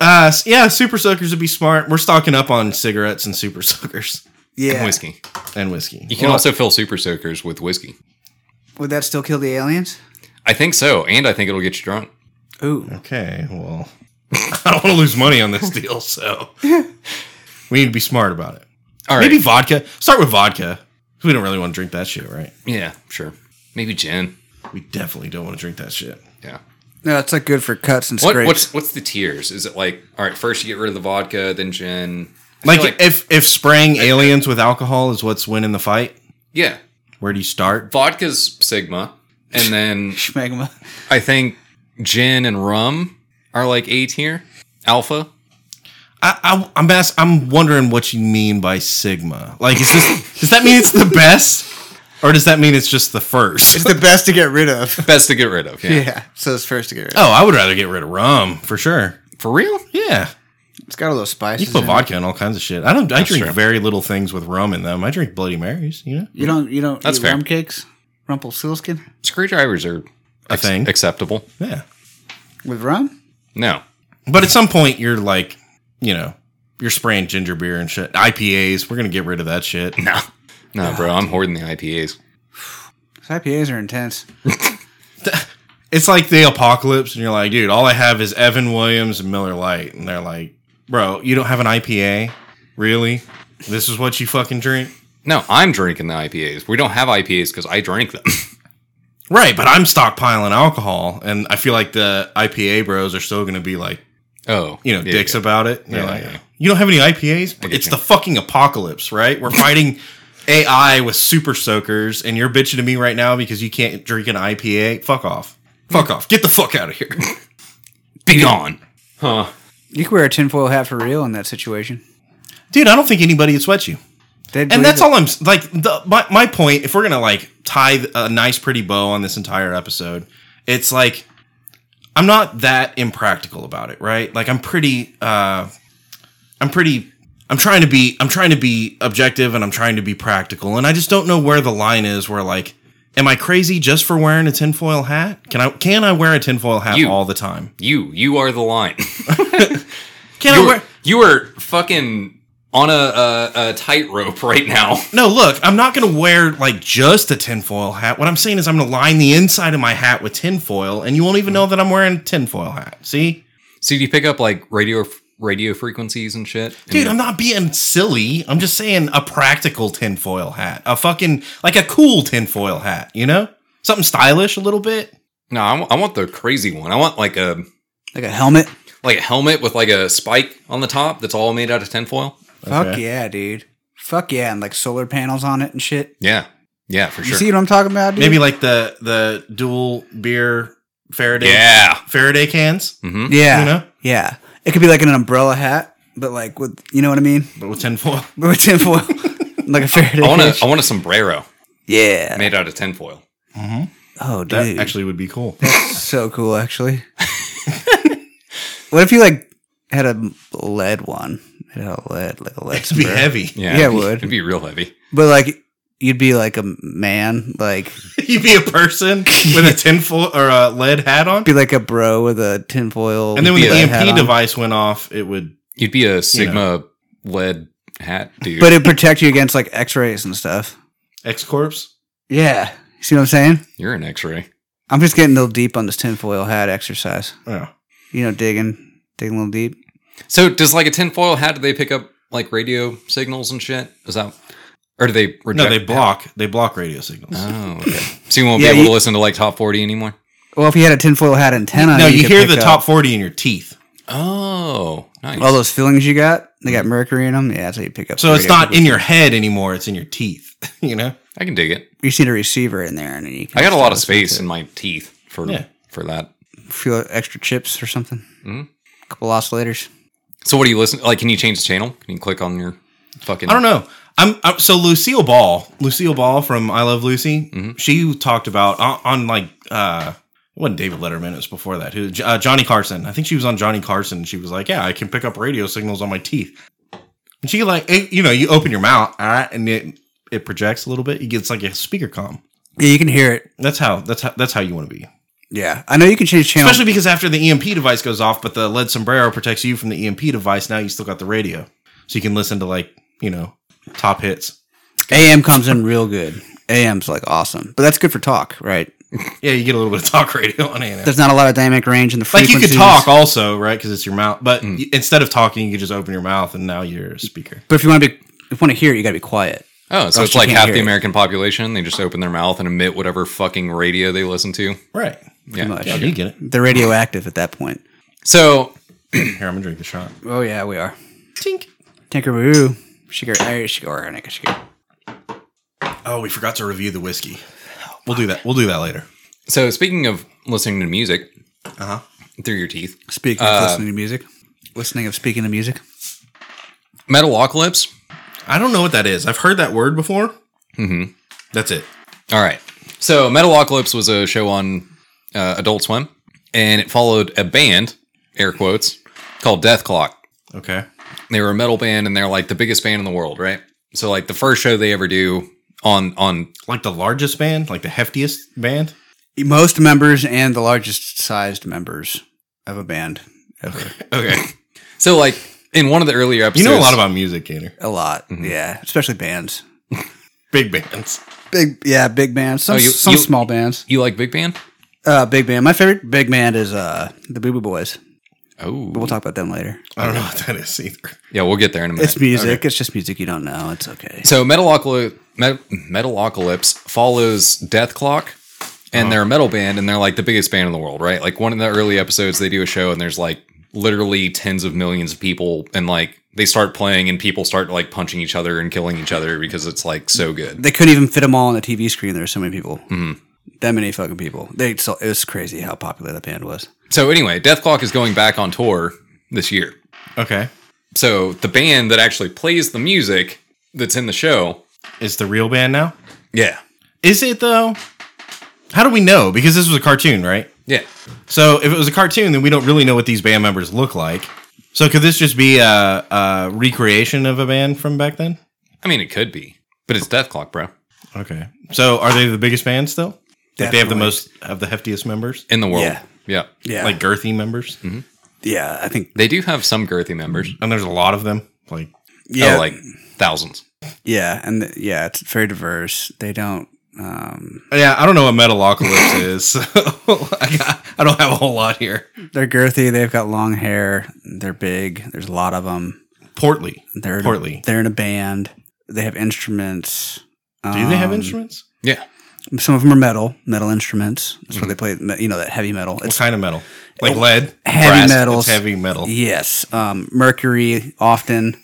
B: Uh, s- yeah, super soakers would be smart. We're stocking up on cigarettes and super soakers
C: Yeah.
A: and Whiskey.
B: and whiskey.
A: You can also fill Super Soakers with whiskey.
C: Would that still kill the aliens?
A: I think so, and I think it'll get you drunk.
C: Ooh.
B: okay. Well, I don't want to lose money on this deal, so we need to be smart about it.
A: All right,
B: Maybe vodka. Start with vodka. 'cause We don't really want to drink that shit, right?
A: yeah, sure, maybe gin.
B: We definitely don't want to drink that shit.
A: Yeah.
C: No, it's like good for cuts and
A: What,
C: scrapes.
A: what's what's the tiers? Is it like all right? First, you get rid of the vodka, then gin. I
B: Like,
A: feel
B: if if spraying aliens with alcohol is what's winning the fight,
A: yeah,
B: where do you start?
A: vodka's sigma, and then
C: Schmegma.
A: I think gin and rum are like A tier, alpha.
B: I, I I'm ask, I'm wondering what you mean by sigma. Like, is this does that mean it's the best, or does that mean it's just the first?
C: It's the best to get rid of.
A: Best to get rid of. Yeah,
C: Yeah. So it's first to get rid of.
B: Oh, I would rather get rid of rum for sure.
A: for real.
B: Yeah,
C: It's got a little spice.
B: you put vodka in all kinds of shit. I don't. I drink
A: true.
B: very little things with rum in them. I drink Bloody Marys. You know,
C: You don't. You don't.
A: That's
C: eat
A: fair.
C: rum cakes. Rumpelstiltskin
A: Screwdrivers are
B: a thing.
A: acceptable.
B: yeah,
C: with rum.
A: No,
B: but at some point you're like, you know, you're spraying ginger beer and shit. IPAs. We're gonna get rid of that shit.
A: no, no, bro. I'm hoarding the IPAs.
C: 'Cause IPAs are intense.
B: It's like the apocalypse, and you're like, dude, all I have is Evan Williams and Miller Lite, and they're like, bro, you don't have an IPA, really? This is what you fucking drink,
A: No, I'm drinking the IPAs. We don't have IPAs because I drank them.
B: right? But I'm stockpiling alcohol, and I feel like the IPA bros are still gonna be like,
A: oh,
B: you know,
A: yeah,
B: dicks
A: yeah.
B: about it. They're
A: Yeah,
B: like,
A: yeah.
B: you don't have any IPAs.
A: get
B: It's
A: you.
B: the fucking apocalypse, right? We're fighting AI with super soakers, and you're bitching to me right now because you can't drink an IPA. Fuck off. Fuck off. Get the fuck out of here.
A: Be gone, huh?
C: You could wear a tinfoil hat for real in that situation.
B: Dude, I don't think anybody would sweat you.
C: They'd
B: and
C: believe
B: that's
C: it.
B: all I'm s- like. The, my my point, if we're gonna like tie th- a nice pretty bow on this entire episode, it's like I'm not that impractical about it, right? Like I'm pretty, uh I'm pretty, I'm trying to be, I'm trying to be objective and I'm trying to be practical, and I just don't know where the line is. Where like, am I crazy just for wearing a tinfoil hat? Can I can I wear a tinfoil hat
A: You.
B: all the time?
A: You, you are the line.
B: Can I
A: you,
B: wear?
A: are, you are fucking on a, a, a tightrope right now.
B: No, look, I'm not going to wear like just a tinfoil hat. What I'm saying is, I'm going to line the inside of my hat with tinfoil, and you won't even know that I'm wearing a tinfoil hat. See?
A: So do you pick up like radio radio frequencies and shit? And
B: Dude, I'm not being silly. I'm just saying a practical tinfoil hat. A fucking, like a cool tinfoil hat, you know? Something stylish a little bit.
A: No, I wa- I want the crazy one. I want like a
C: like a helmet.
A: like a helmet with like a spike on the top that's all made out of tinfoil.
C: Fuck
B: Okay.
C: yeah, dude. Fuck yeah, and like solar panels on it and shit.
A: Yeah, yeah, for
C: You
A: sure.
C: see what I'm talking about, dude?
B: Maybe like the the dual beer Faraday
A: yeah,
B: Faraday cans,
A: hmm
C: Yeah.
B: you know,
C: Yeah. It could be like an umbrella hat, but like with you know what I mean?
B: but with tinfoil.
C: But with tinfoil. like a Faraday.
A: I want a
C: cage.
A: I want a sombrero
C: Yeah.
A: made out of tinfoil.
C: Oh
B: That
C: dude.
B: actually would be cool.
C: so cool actually. what if you like had a lead one. It had a lead, like a lead.
B: It'd be
C: spur.
B: heavy.
A: Yeah,
C: Yeah, it
A: it'd be-
C: would.
A: It'd be real heavy.
C: But like, you'd be like a man, like
B: You'd be a person with a tinfoil or a lead hat on.
C: be like a bro with a tinfoil.
B: And then when
A: Yeah.
B: the
C: lead hat
B: EMP
C: on.
B: device went off, it would.
A: You'd be a Sigma lead hat dude.
C: but it protect you against like X-rays and stuff.
B: X Corpse?
C: Yeah, see what I'm saying?
A: You're an X-ray.
C: I'm just getting a little deep on this tinfoil hat exercise.
B: Oh.
C: You know, digging, digging a little deep.
A: So does like a tinfoil hat? Do they pick up like radio signals and shit? Is that or do they reject?
B: No, they block. They block radio signals.
C: Uh,
A: Oh, okay. So you won't
C: Yeah,
A: be able
C: you-
A: to listen to like top forty anymore.
C: Well, if you had a tinfoil hat antenna,
B: no, you,
C: could
B: hear the
C: pick up
B: top 40 in your teeth.
A: Oh, nice.
C: All those fillings you got, they got mercury in them. Yeah, that's how you pick up.
B: So it's
C: radio
B: not in
C: frequency.
B: your head anymore. It's in your teeth. you know?
A: I can dig it.
C: You just need a receiver in there, and then you. Can
A: I got a lot of
C: listen to
A: space in my teeth for
B: Yeah.
A: for that.
C: A few extra chips or something.
A: Mhm.
C: A couple oscillators.
A: So what do you listen? Like, can you change the channel? Can you click on your fucking?
B: I don't know. I'm, i so Lucille Ball, Lucille Ball from I Love Lucy. She talked about on, on like uh, it wasn't David Letterman? It was before that. Who uh, Johnny Carson? I think she was on Johnny Carson. She was like, "Yeah, I can pick up radio signals on my teeth." And she like, it, you know, you open your mouth, all right, and it it projects a little bit. It gets like a speaker com.
C: Yeah, you can hear it.
B: That's how. That's how. That's how you want to be.
C: Yeah, I know you can change channel.
B: Especially because after the EMP device goes off, but the lead sombrero protects you from the EMP device. Now you still got the radio, so you can listen to like you know top hits.
C: AM comes in real good. AM's like awesome, but that's good for talk, right?
B: Yeah, you get a little bit of talk radio on it.
C: There's not a lot of dynamic range in the
B: Like
C: frequencies.
B: you could talk also, right? Because it's your mouth. But y instead of talking, you could just open your mouth, and now you're a speaker.
C: but if you want to be, if you want to hear it, you got to be quiet.
A: Oh, so
C: Oh,
A: it's
C: she
A: like
C: can't
A: half
C: hear
A: the
C: it.
A: American population. They just open their mouth and emit whatever fucking radio they listen to.
B: Right.
A: Yeah.
C: much.
B: Yeah, you get it.
C: They're radioactive at that point.
A: So
B: Here, I'm gonna drink the shot.
C: Oh yeah, we are.
B: Tink.
C: Tinkerboo, sugar, Irish, organic, sugar.
B: Oh, we forgot to review the whiskey. We'll do that. We'll do that later.
A: so speaking of listening to music
B: Uh huh.
A: through your teeth,
C: Speaking of listening to music, listening of speaking to music.
A: Metalocalypse.
B: I don't know what that is. I've heard that word before.
A: Mm-hmm.
B: That's it.
A: All right. So Metalocalypse was a show on uh, Adult Swim, and it followed a band, air quotes, called Death Clock.
B: Okay.
A: they were a metal band and they're like the biggest band in the world, right? So like the first show they ever do on on
B: Like the largest band, like the heftiest band.
C: Most members and the largest sized members of a band ever.
B: Okay.
A: so like in one of the earlier
B: You
A: episodes,
B: know a lot about music, Gator.
C: a lot,
A: Mm-hmm.
C: yeah, especially bands.
B: Big bands.
C: Big, yeah, big bands. Some,
A: Oh, you-
C: some
A: you-
C: small bands.
A: you like big band.
C: Uh, big band. My favorite big band is uh the Boo Boo Boys.
A: Oh,
C: But we'll talk about them later.
B: I don't know what that is either.
A: yeah, we'll get there in a minute.
C: It's music. It's just music you don't know. It's okay.
A: so Metalocalypse, Met- Metalocalypse follows Death Clock, and they're a metal band and they're like the biggest band in the world, right? Like one of the early episodes, they do a show and there's like literally tens of millions of people, and like they start playing and people start like punching each other and killing each other because it's like so good.
C: They couldn't even fit them all on the TV screen. There were so many people.
A: Mm-hmm.
C: That many fucking people. They so it was crazy how popular that band was.
A: So anyway, Death Clock is going back on tour this year.
B: Okay.
A: So the band that actually plays the music that's in the show.
B: Is the real band now?
A: Yeah.
B: Is it though? How do we know? Because this was a cartoon, right?
A: Yeah.
B: So if it was a cartoon, then we don't really know what these band members look like. So could this just be a, a recreation of a band from back then?
A: I mean, it could be, but it's Death Clock, bro.
B: Okay. So are they the biggest band still? Like they have the
C: Definitely.
B: most of the heftiest members,
A: In the world.
C: Yeah.
A: Yeah. Oh,
C: Yeah, Mm-hmm.
B: like
C: like
B: girthy members,
C: yeah. I think
A: They do have some girthy members.
B: and there's a lot of them. Like
A: Yeah.
C: yeah,
A: Oh, like thousands.
C: yeah, and the, yeah, it's very diverse. They don't. Um,
B: yeah, I don't know what Metalocalypse is. So I, got, I don't have a whole lot here.
C: they're girthy. They've got long hair. They're big. There's a lot of them.
B: Portly.
C: They're
B: Portly.
C: They're in a band. They have instruments.
B: Do they have
C: Um,
B: instruments?
A: Yeah.
C: Some of them are metal, metal instruments. That's
A: Hmm.
C: where they play, me- you know, that heavy metal.
B: What
C: It's oh,
B: kind of metal? Like lead,
C: heavy
B: brass,
C: metals.
B: It's heavy metal.
C: yes, um, mercury often.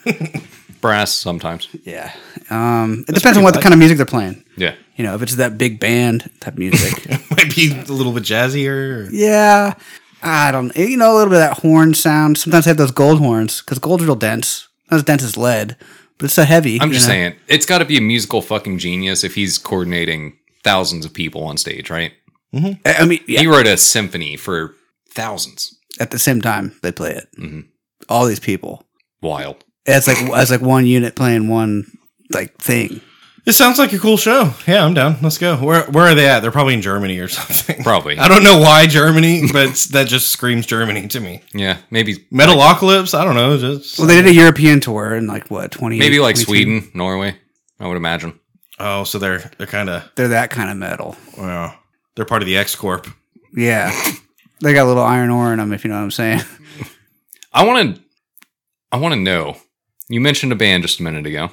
A: Brass sometimes.
C: yeah, um, it depends on what the kind of music they're playing.
A: Yeah.
C: You know, if it's that big band type music,
B: Might be a little bit jazzier. or-
C: yeah, I don't, eh, you know, a little bit of that horn sound. Sometimes they have those gold horns because gold's real dense. Not as dense as lead, but it's so heavy.
A: I'm
C: you
A: just
C: know?
A: saying, it's got to be a musical fucking genius if he's coordinating thousands of people on stage, right?
C: Eh, I I mean, yeah,
A: He wrote a symphony for thousands. Mm-hmm.
C: at the same time they play it. all these people.
A: Wild.
C: It's like it's like one unit playing one like thing.
B: It sounds like a cool show. Yeah, I'm down. Let's go. Where where are they at? They're probably in Germany or something.
A: Probably.
B: I don't know why Germany, but that just screams Germany to me.
A: Yeah. Maybe
B: Metalocalypse? I don't know. Just
C: Well, they did a European tour in like what twenty?
A: maybe like
C: 22?
A: Sweden, Norway, I would imagine.
B: oh, so they're they're kind of
C: They're that kind of metal.
B: well, they're part of the X Corp.
C: Yeah, they got a little iron ore in them, if you know what I'm saying.
A: I wanna I wanna know. You mentioned a band just a minute ago.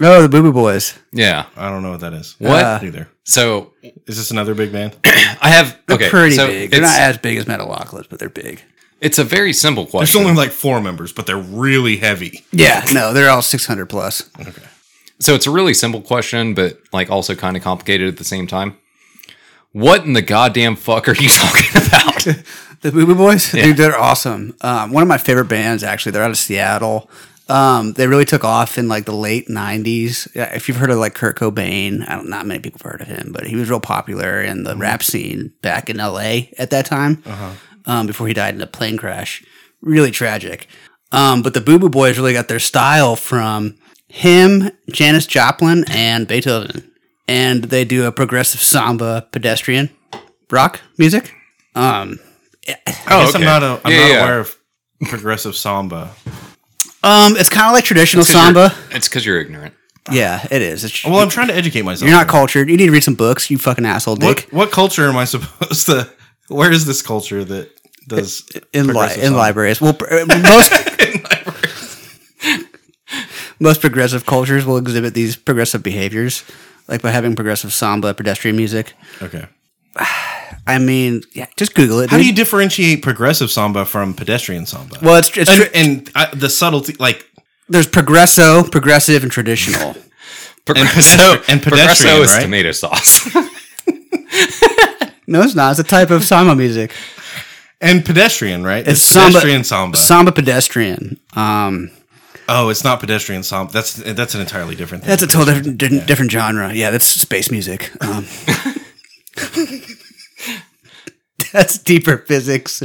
C: Oh, the Boo Boo Boys.
A: Yeah.
B: I don't know what that is.
A: What?
C: Uh,
B: Either
A: so
B: is this another big band?
A: I have
C: They're
A: okay.
C: pretty
A: so
C: big. They're
A: It's,
C: not as big as Metalocalypse, but they're big.
A: it's a very simple
B: There's
A: question.
B: only like four members, but they're really heavy.
C: Yeah, no, they're all 600 plus.
A: so it's a really simple question, but like also kind of complicated at the same time. What in the goddamn fuck are you talking about?
C: The Boo Boo Boys, dude, they're awesome. Um, one of my favorite bands, actually. They're out of Seattle. Um, they really took off in like the late '90s. Yeah, If you've heard of like Kurt Cobain, I don't, not many people have heard of him, but he was real popular in the rap scene back in LA at that time. Um, before he died in a plane crash, really tragic. Um, but the Boo Boo Boys really got their style from him, Janis Joplin, and Beethoven, and they do a progressive samba pedestrian rock music. Um,
A: Oh,
B: I guess
A: okay.
B: I'm not a, I'm
A: Yeah,
B: not
A: yeah, yeah.
B: aware of progressive samba.
C: Um, it's kind of like traditional samba.
A: It's because you're ignorant.
C: Yeah, it is. It's,
B: Well, I'm trying to educate myself.
C: you're not cultured. You need to read some books. You fucking asshole,
B: what,
C: dick.
B: what culture am I supposed to? Where is this culture that does
C: in li-
B: progressive
C: in
B: samba?
C: libraries, well, pr- uh, most most progressive cultures will exhibit these progressive behaviors, like by having progressive samba pedestrian music.
B: Okay.
C: I mean, yeah, just Google it.
B: How do
C: dude.
B: you differentiate progressive samba from pedestrian samba?
C: well, it's, it's
B: and,
C: tr-
B: and I, the subtlety, like
C: there's progresso, progressive, and traditional.
A: Progresso,
B: and
A: Progresso
B: pedestrian,
A: is
B: right?
A: tomato sauce.
C: no, it's not. It's a type of samba music.
B: and pedestrian, right?
C: It's samba-
B: pedestrian samba.
C: Samba pedestrian. Um,
B: Oh, it's not pedestrian samba. That's that's an entirely different thing.
C: That's a total different, different, different genre. Yeah, that's space music. Um, that's deeper physics.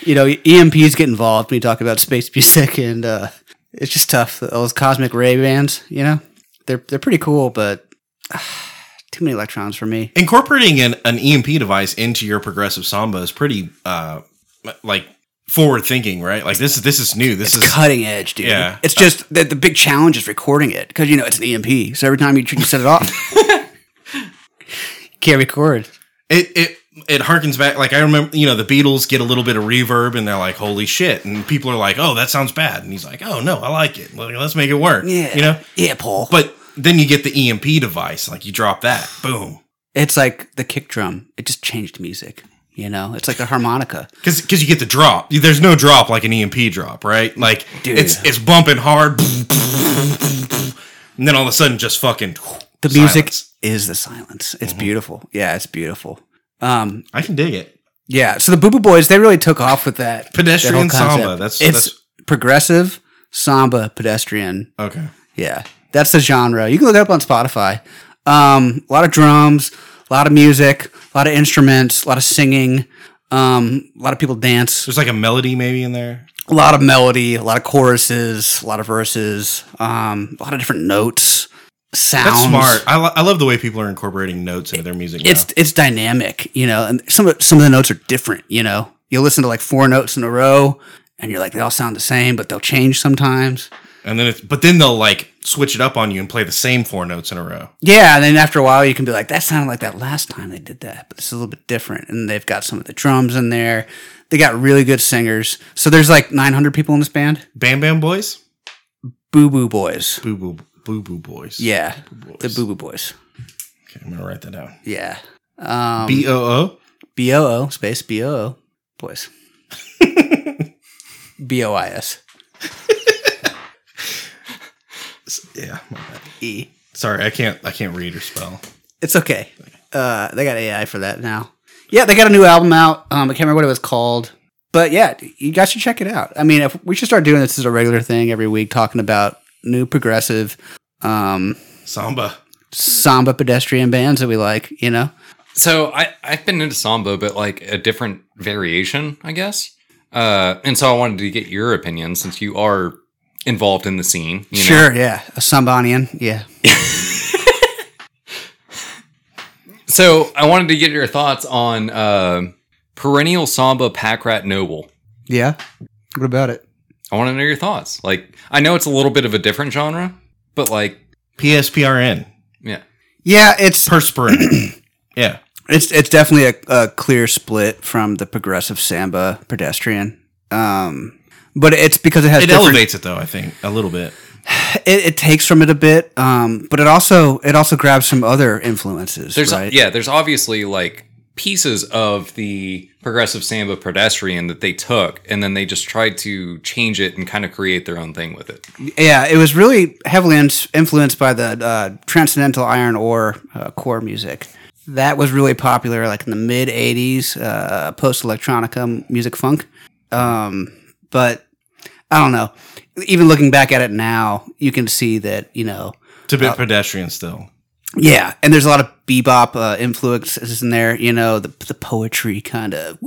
C: You know, EMPs get involved when you talk about space music, and uh, it's just tough. Those cosmic ray bands, you know, they're they're pretty cool, but ah, too many electrons for me.
B: Incorporating an, an EMP device into your progressive samba is pretty uh like forward thinking, right? Like this is this is new. This
C: It's
B: is
C: cutting edge, dude.
B: Yeah.
C: It's just that the big challenge is recording it because you know it's an EMP. So every time you, tr- you set it off, can't record.
B: it it it harkens back like I remember you know the Beatles get a little bit of reverb and they're like holy shit and people are like oh that sounds bad and he's like oh no I like it Like, let's make it work
C: Yeah,
B: you know
C: yeah, Paul.
B: but then you get the EMP device like you drop that boom
C: It's like the kick drum. It just changed music. You know, it's like the harmonica.
B: because because you get the drop there's no drop like an EMP drop right like
C: Dude.
B: it's it's bumping hard and then all of a sudden just fucking
C: The music
B: silence. Mm-hmm.
C: is the silence. It's beautiful. Yeah, it's beautiful. Um,
B: I can dig it
C: yeah. So the Boo Boo Boys, they really took off with that that whole
B: pedestrian
C: concept.
B: samba that's
C: it's
B: that's
C: progressive samba pedestrian.
B: okay
C: Yeah, that's the genre. You can look it up on Spotify. Um, a lot of drums, a lot of music, a lot of instruments, a lot of singing. Um, a lot of people dance.
B: there's like a melody maybe in there
C: a lot of melody, a lot of choruses, a lot of verses, um, a lot of different notes, sounds.
B: that's smart I, lo- I love the way people are incorporating notes into their music now.
C: It's it's dynamic, you know, and some of some of the notes are different, you know. You'll listen to like four notes in a row, and you're like they all sound the same, but they'll change sometimes.
B: And then it's, but then they'll like switch it up on you and play the same four notes in a row.
C: Yeah, and then after a while, you can be like, that sounded like that last time they did that, but it's a little bit different. And they've got some of the drums in there. They got really good singers. So there's like 900 people in this band.
B: Bam Bam Boys,
C: Boo Boo Boys.
B: Boo Boo Boo Boo Boys.
C: Yeah,
B: Boys.
C: the Boo Boo Boys.
B: Okay, I'm gonna write that down.
C: Yeah. Um,
B: B O O.
C: B O O space B O O boys. B O I S
B: Yeah. my bad.
C: E.
B: Sorry, I can't. I can't read or spell.
C: It's okay. Uh, they got AI for that now. Yeah, they got a new album out. Um, I can't remember what it was called, but yeah, you guys should check it out. I mean, if we should start doing this as a regular thing every week, talking about new progressive um,
B: Samba.
C: samba pedestrian bands that we like. You know,
A: so I I've been into samba, but like a different variation, I guess. Uh, and so I wanted to get your opinion since you are involved in the scene. You Know?
C: Sure, yeah. A Sambanian, yeah.
A: So I wanted to get your thoughts on uh, perennial Samba pack rat noble.
C: Yeah. What about it?
A: I want to know your thoughts. Like, I know it's a little bit of a different genre, but like,
B: PSPRN.
A: yeah,
C: Yeah, it's
B: Perspirin. yeah.
C: It's it's definitely a, a clear split from the progressive samba pedestrian. Um, but it's because it has
B: It
C: different,
B: elevates it though, I think, a little bit.
C: it, it takes from it a bit. Um, but it also it also grabs some other influences.
A: there's
C: right?
A: yeah, there's obviously like pieces of the progressive samba pedestrian that they took, and then they just tried to change it and kind of create their own thing with it.
C: Yeah, it was really heavily in- influenced by the uh, transcendental iron ore uh, core music. That was really popular, like in the mid '80s, uh, post electronica m- music funk. Um, but I don't know. Even looking back at it now, you can see that you know,
B: It's a bit pedestrian still.
C: yeah. And there's a lot of bebop uh, influences in there. You know, the the poetry kind of.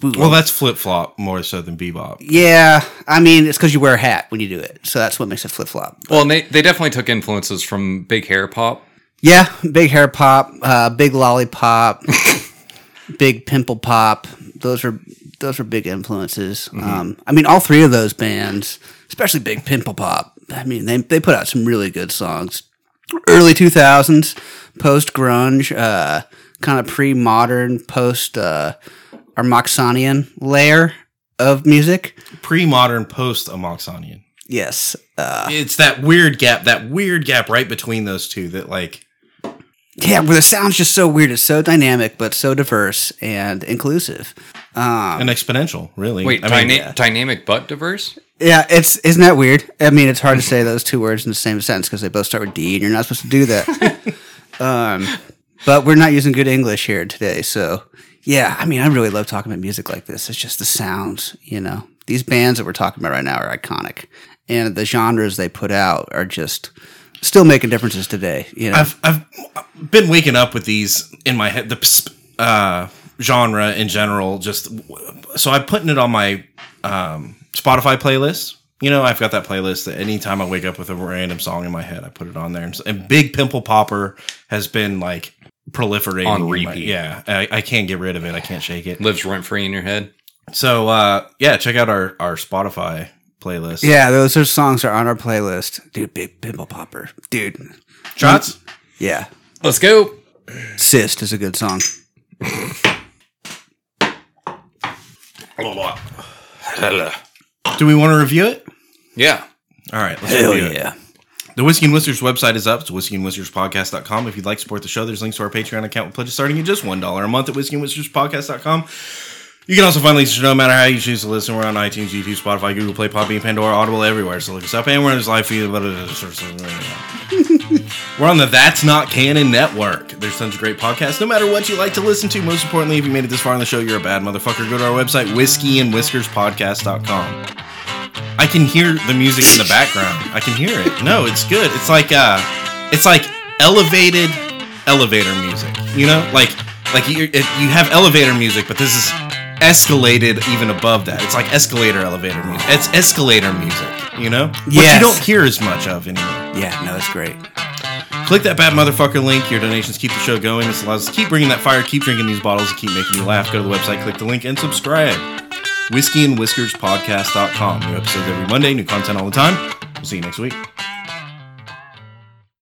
B: Well, that's flip flop more so than bebop.
C: yeah, I mean, it's because you wear a hat when you do it, so that's what makes it flip flop.
A: Well, and they they definitely took influences from big hair pop.
C: Yeah, big hair pop, uh, big lollipop, big pimple pop. Those are those are big influences. Um, I mean, all three of those bands, especially Big Pimple Pop. I mean, they they put out some really good songs. Early two thousands, post grunge, uh, kind of pre modern, post uh, Armoxonian layer of music.
B: Pre modern post Amoxonian.
C: Yes, uh,
B: It's that weird gap, that weird gap right between those two that like
C: yeah, where the sound's just so weird. It's so dynamic, but so diverse and inclusive. Um,
B: an exponential, really.
A: Wait,
B: I mean,
A: dyna- dynamic but diverse.
C: Yeah, it's isn't that weird? I mean, it's hard to say those two words in the same sentence because they both start with D, and you're not supposed to do that. um, but we're not using good English here today, so yeah. I mean, I really love talking about music like this. It's just the sounds, you know. These bands that we're talking about right now are iconic, and the genres they put out are just still making differences today. You know,
B: I've I've been waking up with these in my head. The psp- uh, genre in general, just so I'm putting it on my um, Spotify playlist. You know, I've got that playlist that anytime I wake up with a random song in my head, I put it on there. And, s- and Big Pimple Popper has been like proliferating
A: On
B: in my-
A: repeat.
B: yeah, I, I can't get rid of it. I can't shake it.
A: Lives rent free in your head.
B: So uh, yeah, check out our our Spotify playlist.
C: yeah, those are songs that are on our playlist, dude. Big pimple popper, dude.
B: Shots.
C: Yeah,
A: Let's go.
C: cyst is a good song.
B: Do we want to review it?
A: Yeah.
B: All right, let's review it. The Whiskey and Whiskers website is up. It's whiskeyandwhiskerspodcast.com. If you'd like to support the show, there's links to our Patreon account with pledges starting at just $1 a month at whiskeyandwhiskerspodcast.com. You can also find links to no matter how you choose to listen. We're on iTunes, YouTube, Spotify, Google Play, Podbean, Pandora, Audible, everywhere. So look us up anywhere there's live feed. blah, blah, blah, blah, blah, blah. We're on the That's Not Canon Network. There's tons of great podcasts. No matter what you like to listen to, most importantly, if you made it this far in the show, you're a bad motherfucker. Go to our website, whiskeyandwhiskerspodcast.com. I can hear the music in the background. I can hear it. No, it's good. It's like uh it's like elevated elevator music. You know? Like like you it, you have elevator music, but this is escalated even above that. It's like escalator elevator music. It's escalator music, you know? Which
C: Yes.
B: you don't hear as much of anymore.
C: Yeah, no, it's great.
B: Click that bad motherfucker link. Your donations keep the show going. This allows us to keep bringing that fire, keep drinking these bottles, and keep making you laugh. Go to the website, click the link, and subscribe. Whiskey and Whiskers Podcast.com. New episodes every Monday, new content all the time. We'll see you next week.